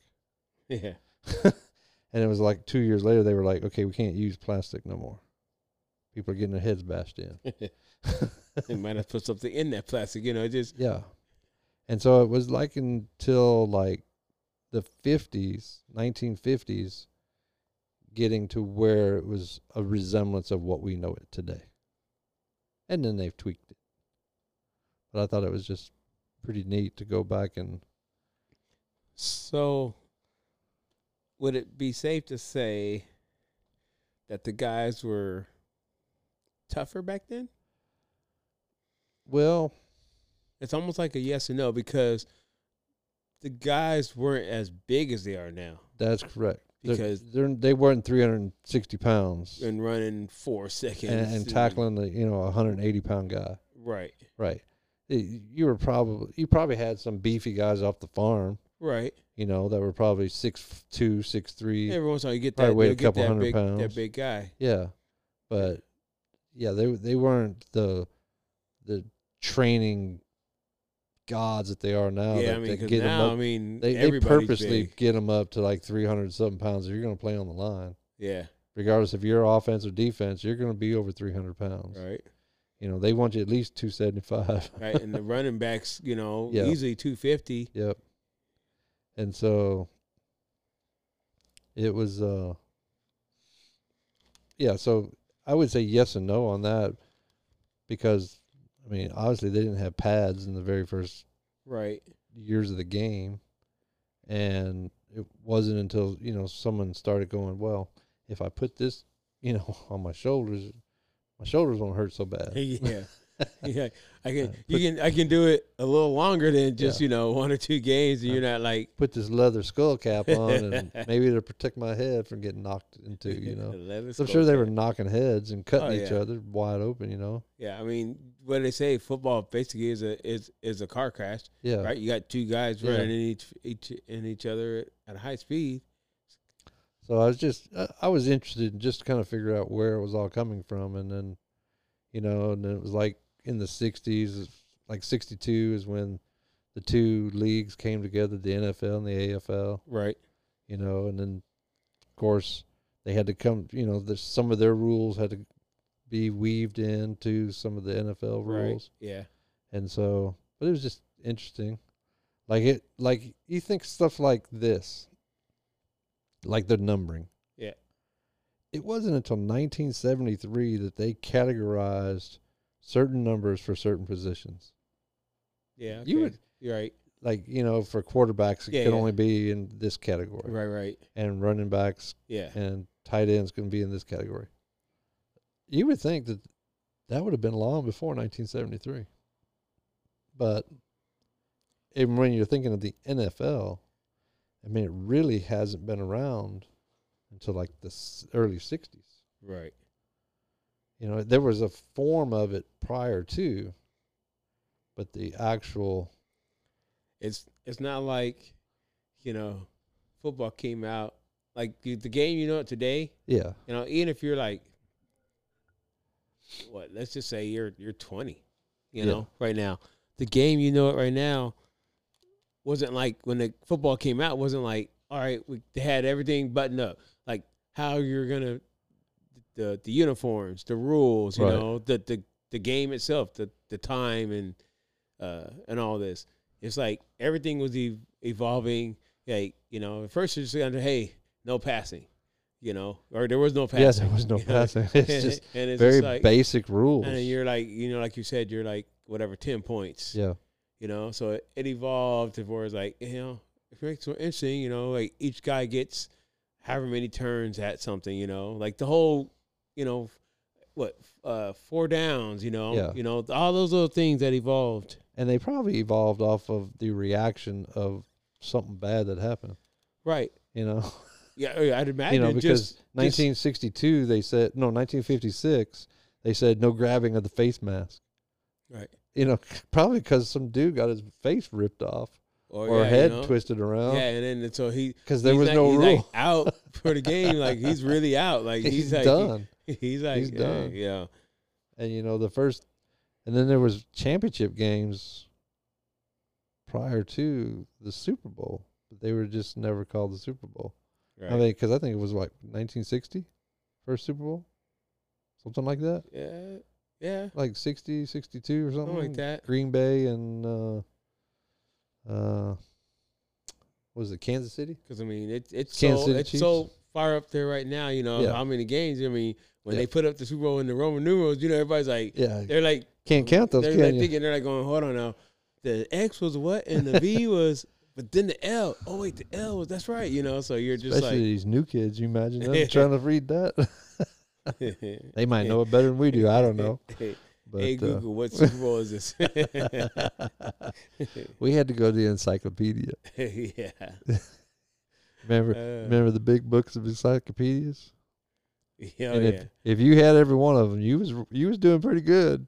[SPEAKER 2] yeah.
[SPEAKER 1] and it was like two years later they were like okay we can't use plastic no more people are getting their heads bashed in
[SPEAKER 2] they might have put something in that plastic, you know, it just
[SPEAKER 1] Yeah. And so it was like until like the 50s, 1950s, getting to where it was a resemblance of what we know it today. And then they've tweaked it. But I thought it was just pretty neat to go back and
[SPEAKER 2] So, would it be safe to say that the guys were tougher back then?
[SPEAKER 1] well,
[SPEAKER 2] It's almost like a yes and no because the guys weren't as big as they are now
[SPEAKER 1] that's correct. They're-
[SPEAKER 2] Because-
[SPEAKER 1] they're, they weren't 360 pounds and,
[SPEAKER 2] and running four seconds
[SPEAKER 1] and tackling the you know a 180 pound guy.
[SPEAKER 2] Right,
[SPEAKER 1] Right. Y- You were probably you probably had some beefy guys off the farm,
[SPEAKER 2] right.
[SPEAKER 1] you know, that were probably six two, six three. Yeah.
[SPEAKER 2] Every once in a while you get
[SPEAKER 1] Probably
[SPEAKER 2] that,
[SPEAKER 1] weighed
[SPEAKER 2] you'll
[SPEAKER 1] a
[SPEAKER 2] get
[SPEAKER 1] couple
[SPEAKER 2] that
[SPEAKER 1] hundred
[SPEAKER 2] big,
[SPEAKER 1] pounds.
[SPEAKER 2] that big guy.
[SPEAKER 1] But yeah, they they weren't the the training gods that they are now.
[SPEAKER 2] yeah,
[SPEAKER 1] that,
[SPEAKER 2] I mean,
[SPEAKER 1] that
[SPEAKER 2] 'cause
[SPEAKER 1] 'em
[SPEAKER 2] now I
[SPEAKER 1] up.
[SPEAKER 2] mean,
[SPEAKER 1] They, they
[SPEAKER 2] everybody's
[SPEAKER 1] purposely
[SPEAKER 2] big.
[SPEAKER 1] get them up to like 300 something pounds if you're going to play on the line
[SPEAKER 2] yeah,
[SPEAKER 1] regardless if you're offense or defense, you're going to be over 300 pounds.
[SPEAKER 2] right?
[SPEAKER 1] You know, they want you at least 275.
[SPEAKER 2] Right, and the running backs, you know,
[SPEAKER 1] Yeah.
[SPEAKER 2] easily two fifty.
[SPEAKER 1] Yep. And so it was uh yeah, so I would say yes and no on that because I mean, obviously they didn't have pads in the very first
[SPEAKER 2] Right,
[SPEAKER 1] years of the game and it wasn't until, you know, someone started going, well, if I put this, you know, on my shoulders, my shoulders won't hurt so bad.
[SPEAKER 2] yeah, yeah. I
[SPEAKER 1] Uh,
[SPEAKER 2] can, you can, I can do it a little longer than just you know one or two games, and you're not like
[SPEAKER 1] Put this leather skull cap on and maybe it'll protect my head from getting knocked into, you know.
[SPEAKER 2] Leather
[SPEAKER 1] I'm sure they were
[SPEAKER 2] skull
[SPEAKER 1] knocking heads and cutting
[SPEAKER 2] Oh,
[SPEAKER 1] each
[SPEAKER 2] yeah.
[SPEAKER 1] other wide open, you know.
[SPEAKER 2] cap. Yeah, I mean, what they say, football basically is a is is a car crash,
[SPEAKER 1] Yeah.
[SPEAKER 2] right? You got two guys
[SPEAKER 1] Yeah.
[SPEAKER 2] running in each each in each other at high speed.
[SPEAKER 1] So I was just I, I was interested in just to kind of figure out where it was all coming from and then you know, and then it was like in the 60s, it's like 62 is when the two leagues came together, the NFL and the AFL,
[SPEAKER 2] Right,
[SPEAKER 1] you know, and then of course they had to come, you know, there's some of their rules had to be weaved into some of the NFL rules.
[SPEAKER 2] Yeah,
[SPEAKER 1] and so but it was just interesting like it like you think stuff like this like the numbering
[SPEAKER 2] Yeah.
[SPEAKER 1] it wasn't until 1973 that they categorized certain numbers for certain positions
[SPEAKER 2] yeah.
[SPEAKER 1] You
[SPEAKER 2] okay.
[SPEAKER 1] would-
[SPEAKER 2] You're right,
[SPEAKER 1] like you know for quarterbacks it
[SPEAKER 2] Yeah,
[SPEAKER 1] can
[SPEAKER 2] yeah.
[SPEAKER 1] only be in this category
[SPEAKER 2] right, right.
[SPEAKER 1] and running backs
[SPEAKER 2] Yeah,
[SPEAKER 1] and tight ends can be in this category you would think that that would have been long before 1973 but even when you're thinking of the nfl i mean it really hasn't been around until like the s- early 60s
[SPEAKER 2] right.
[SPEAKER 1] you know there was a form of it prior to but the actual
[SPEAKER 2] It's it's not like, you know, football came out like the the game you know today.
[SPEAKER 1] yeah
[SPEAKER 2] You know, even if you're like, what? Let's just say you're you're 20. You
[SPEAKER 1] Yeah.
[SPEAKER 2] know, right now, the game you know it right now wasn't like when the football came out. Wasn't like all right, we they had everything buttoned up. Like how you're gonna the the uniforms, the rules, you
[SPEAKER 1] Right.
[SPEAKER 2] know, the the the game itself, the the time and uh and all this. It's like everything was ev- evolving. Like you know, at first it's just under hey, no passing, you know, or there was no passing.
[SPEAKER 1] yeah there was no
[SPEAKER 2] you know?
[SPEAKER 1] passing
[SPEAKER 2] And
[SPEAKER 1] it's just
[SPEAKER 2] it- and it's
[SPEAKER 1] very
[SPEAKER 2] just like,
[SPEAKER 1] basic rules
[SPEAKER 2] and you're like you know, like you said, you're like whatever ten points,
[SPEAKER 1] yeah
[SPEAKER 2] you know. So it, it evolved to where it's like you know, it makes it interesting, you know, like each guy gets however many turns at something, you know, like the whole, you know, what uh four downs, you know,
[SPEAKER 1] Yeah.
[SPEAKER 2] you know, all those little things that evolved.
[SPEAKER 1] and they probably evolved off of the reaction of something bad that happened.
[SPEAKER 2] Right.
[SPEAKER 1] You know,
[SPEAKER 2] Yeah, oh, yeah, I'd imagine.
[SPEAKER 1] you know because
[SPEAKER 2] just,
[SPEAKER 1] 1962 they said no 1956 they said no grabbing of the face mask.
[SPEAKER 2] Right.
[SPEAKER 1] You know, probably because some dude got his face ripped off or,
[SPEAKER 2] or, Oh, yeah, you
[SPEAKER 1] head
[SPEAKER 2] know?
[SPEAKER 1] twisted around
[SPEAKER 2] Yeah, and then and so he
[SPEAKER 1] because there was
[SPEAKER 2] he's like-
[SPEAKER 1] no
[SPEAKER 2] he's
[SPEAKER 1] rule.
[SPEAKER 2] like out for the game. Like he's really out. Like
[SPEAKER 1] he's
[SPEAKER 2] he's, like,
[SPEAKER 1] done,
[SPEAKER 2] He's like
[SPEAKER 1] He's
[SPEAKER 2] yeah,
[SPEAKER 1] done.
[SPEAKER 2] Yeah.
[SPEAKER 1] and you know the first, and then there was championship games prior to the Super Bowl, but they were just never called the Super Bowl.
[SPEAKER 2] Right.
[SPEAKER 1] I mean, because I think it was like 1960, first Super Bowl, something like that,
[SPEAKER 2] yeah. Yeah.
[SPEAKER 1] like 60, 62 or something,
[SPEAKER 2] Something like that.
[SPEAKER 1] Green Bay and uh, uh, was it Kansas City?
[SPEAKER 2] Because I mean, it, it's
[SPEAKER 1] Kansas
[SPEAKER 2] so
[SPEAKER 1] City
[SPEAKER 2] it's so far up there right now. You know
[SPEAKER 1] Yeah.
[SPEAKER 2] how many games? I mean, when
[SPEAKER 1] Yeah.
[SPEAKER 2] they put up the Super Bowl in the Roman numerals, you know everybody's like
[SPEAKER 1] Yeah,
[SPEAKER 2] they're like
[SPEAKER 1] can't count those,
[SPEAKER 2] They're
[SPEAKER 1] can
[SPEAKER 2] like
[SPEAKER 1] you?
[SPEAKER 2] thinking they're like going, hold on now, the X was what and the V was, but then the L. Oh wait, the L was that's right. You know, so you're just
[SPEAKER 1] Especially these new kids, you imagine them trying to read that.
[SPEAKER 2] like.
[SPEAKER 1] they might know it better than we do. I don't know,
[SPEAKER 2] Hey,
[SPEAKER 1] but
[SPEAKER 2] hey,
[SPEAKER 1] uh,
[SPEAKER 2] Google, what Super Bowl is this?
[SPEAKER 1] we had to go to the encyclopedia.
[SPEAKER 2] yeah.
[SPEAKER 1] Remember,
[SPEAKER 2] Uh,
[SPEAKER 1] remember the big books of encyclopedias.
[SPEAKER 2] yeah, oh
[SPEAKER 1] and
[SPEAKER 2] yeah.
[SPEAKER 1] if, if you had every one of them, you was you was doing pretty good.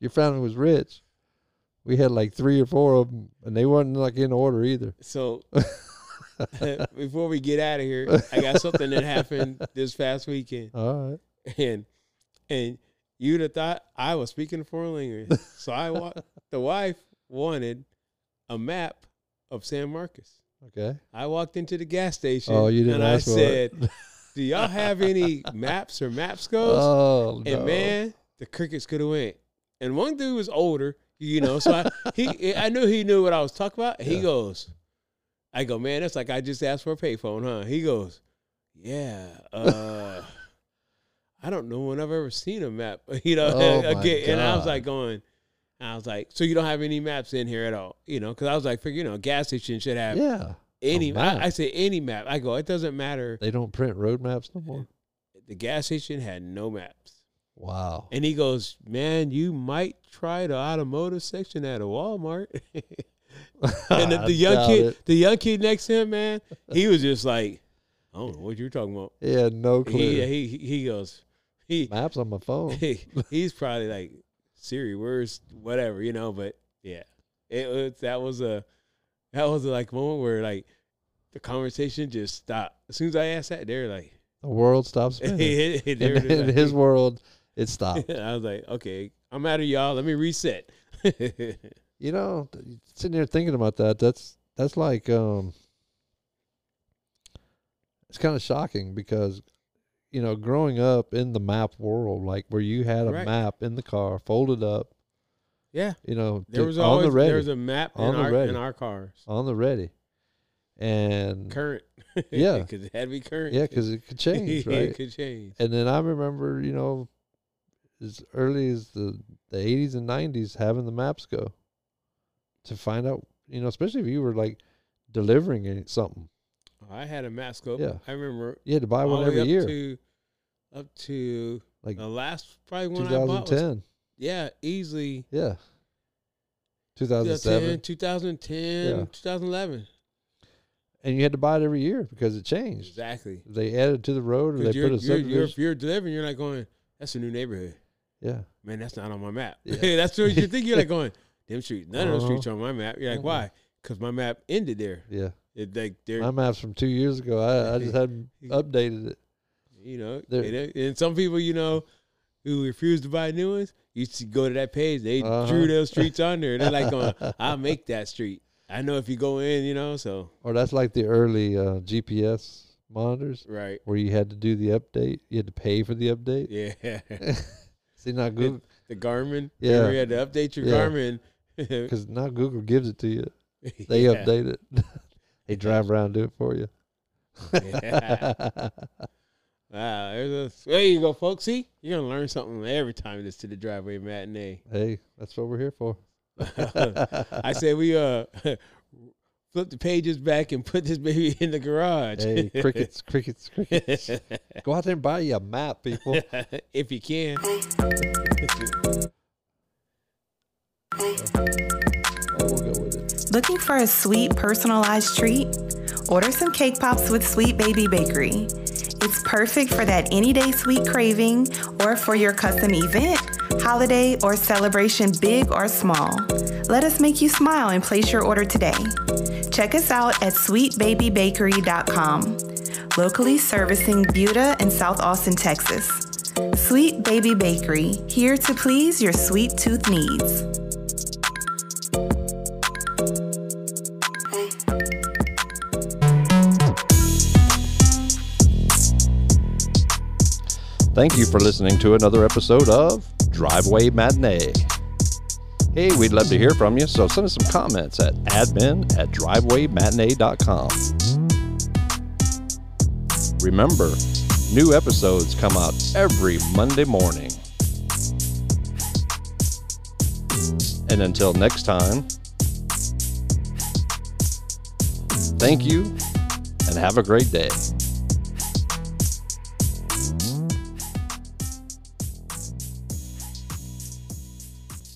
[SPEAKER 1] Your family was rich. We had like three or four of them, and they weren't like in order either.
[SPEAKER 2] So before we get out of here, I got something that happened this past weekend,
[SPEAKER 1] All right.
[SPEAKER 2] and and you'd have thought I was speaking a foreign language. So I wa- the wife wanted a map of San Marcos.
[SPEAKER 1] Okay.
[SPEAKER 2] I walked into the gas station.
[SPEAKER 1] Oh, you didn't
[SPEAKER 2] And I
[SPEAKER 1] ask for it.
[SPEAKER 2] said, Do y'all have any maps or maps goes?
[SPEAKER 1] Oh,
[SPEAKER 2] and
[SPEAKER 1] no.
[SPEAKER 2] man, the crickets could have went. And one dude was older, you know, so I he I knew he knew what I was talking about. He
[SPEAKER 1] Yeah.
[SPEAKER 2] goes, I go, man, that's like I just asked for a payphone, huh? He goes, yeah. Uh, I don't know when I've ever seen a map, you know.
[SPEAKER 1] Oh, my
[SPEAKER 2] again, and I was
[SPEAKER 1] God.
[SPEAKER 2] like going, I was like, so you don't have any maps in here at all, you know? Because I was like, figure, you know, gas station should have
[SPEAKER 1] Yeah. Oh,
[SPEAKER 2] any.
[SPEAKER 1] map.
[SPEAKER 2] I, I say any map. I go, it doesn't matter.
[SPEAKER 1] They don't print road maps no more.
[SPEAKER 2] The gas station had no maps.
[SPEAKER 1] Wow.
[SPEAKER 2] And he goes, Man, you might try the automotive section at a Walmart. and the,
[SPEAKER 1] I
[SPEAKER 2] the young
[SPEAKER 1] doubt
[SPEAKER 2] kid,
[SPEAKER 1] it.
[SPEAKER 2] the young kid next to him, man, he was just like, I don't know what you're talking about.
[SPEAKER 1] He had no clue.
[SPEAKER 2] He, he he- he goes, he,
[SPEAKER 1] Maps on my phone.
[SPEAKER 2] he he's probably like Siri, where's whatever, you know, but yeah. It was that was a that was like moment where like the conversation just stopped. As soon as I asked that, they're like,
[SPEAKER 1] The world stops spinning.
[SPEAKER 2] they were
[SPEAKER 1] in,
[SPEAKER 2] just
[SPEAKER 1] in
[SPEAKER 2] like-
[SPEAKER 1] his world, it stopped.
[SPEAKER 2] I was like, okay, I'm out of y'all. Let me reset. yeah.
[SPEAKER 1] you know, th- sitting here thinking about that, that's that's like um it's kind of shocking because you know, growing up in the map world, like where you had a
[SPEAKER 2] Right.
[SPEAKER 1] map in the car folded up, you know,
[SPEAKER 2] There
[SPEAKER 1] to-
[SPEAKER 2] was
[SPEAKER 1] on
[SPEAKER 2] always
[SPEAKER 1] the ready,
[SPEAKER 2] there was a map in
[SPEAKER 1] On the
[SPEAKER 2] our in
[SPEAKER 1] ready.
[SPEAKER 2] our cars.
[SPEAKER 1] on the ready. And
[SPEAKER 2] Current.
[SPEAKER 1] Yeah.
[SPEAKER 2] Cuz it had to be current.
[SPEAKER 1] yeah, cuz it could change,
[SPEAKER 2] it
[SPEAKER 1] right?
[SPEAKER 2] could change.
[SPEAKER 1] And then I remember, you know, as early as the the 80s and 90s having the maps go to find out, you know, especially if you were like delivering any- something.
[SPEAKER 2] Oh, I had a map scope.
[SPEAKER 1] Yeah.
[SPEAKER 2] I remember
[SPEAKER 1] You had to buy
[SPEAKER 2] all
[SPEAKER 1] one
[SPEAKER 2] the
[SPEAKER 1] every
[SPEAKER 2] way up
[SPEAKER 1] year,
[SPEAKER 2] to up to
[SPEAKER 1] like
[SPEAKER 2] the last probably one I bought was
[SPEAKER 1] 2010.
[SPEAKER 2] yeah, easily
[SPEAKER 1] Yeah, 2007,
[SPEAKER 2] 2010, 2010,
[SPEAKER 1] Yeah.
[SPEAKER 2] 2011.
[SPEAKER 1] and you had to buy it every year because it changed.
[SPEAKER 2] Exactly.
[SPEAKER 1] They added to the road, or
[SPEAKER 2] 'Cause
[SPEAKER 1] they
[SPEAKER 2] you're,
[SPEAKER 1] put a
[SPEAKER 2] you're, you're,
[SPEAKER 1] subdivision.
[SPEAKER 2] if you're delivering, you're like going, that's a new neighborhood.
[SPEAKER 1] Yeah,
[SPEAKER 2] man, that's not on my map.
[SPEAKER 1] Yeah.
[SPEAKER 2] that's what you think. You're like going, them streets, none of those
[SPEAKER 1] Uh-huh.
[SPEAKER 2] streets are on my map. You're like,
[SPEAKER 1] Uh-uh.
[SPEAKER 2] why? Because my map ended there.
[SPEAKER 1] yeah.
[SPEAKER 2] It, like there,
[SPEAKER 1] My maps from two years ago, I, I just hadn't updated it.
[SPEAKER 2] you know,
[SPEAKER 1] there-
[SPEAKER 2] and, and some people, you know, who refuse to buy new ones, you to go to that page. They
[SPEAKER 1] Uh-huh.
[SPEAKER 2] drew those streets on there. They're like going, I'll make that street. I know if you go in, you know. So
[SPEAKER 1] Or that's like the early uh, GPS monitors
[SPEAKER 2] right,
[SPEAKER 1] where you had to do the update. You had to pay for the update.
[SPEAKER 2] yeah.
[SPEAKER 1] See, now Google
[SPEAKER 2] the Garmin,
[SPEAKER 1] Yeah.
[SPEAKER 2] yeah. You had to update your
[SPEAKER 1] Yeah.
[SPEAKER 2] Garmin.
[SPEAKER 1] because now Google gives it to you. They
[SPEAKER 2] Yeah.
[SPEAKER 1] update it. they drive around and do it for you.
[SPEAKER 2] Yeah. Wow, there's a, there you go, folks. See, you're gonna learn something every time this to the driveway matinee.
[SPEAKER 1] hey, that's what we're here for.
[SPEAKER 2] I say we uh flip the pages back and put this baby in the garage.
[SPEAKER 1] Hey, crickets, crickets, crickets. Go out there and buy you a map, people.
[SPEAKER 2] if you can.
[SPEAKER 1] Oh, we'll go with it.
[SPEAKER 3] Looking for a sweet personalized treat? Order some cake pops with Sweet Baby Bakery. It's perfect for that any day sweet craving or for your custom event, holiday, or celebration, big or small. Let us make you smile and place your order today. Check us out at sweetbabybakery.com, locally servicing Buda and South Austin, Texas. Sweet Baby Bakery, here to please your sweet tooth needs.
[SPEAKER 4] Thank you for listening to another episode of Driveway Matinee. Hey, we'd love to hear from you, so send us some comments at admin at drivewaymatinee.com. Remember, new episodes come out every Monday morning. And until next time, thank you and have a great day.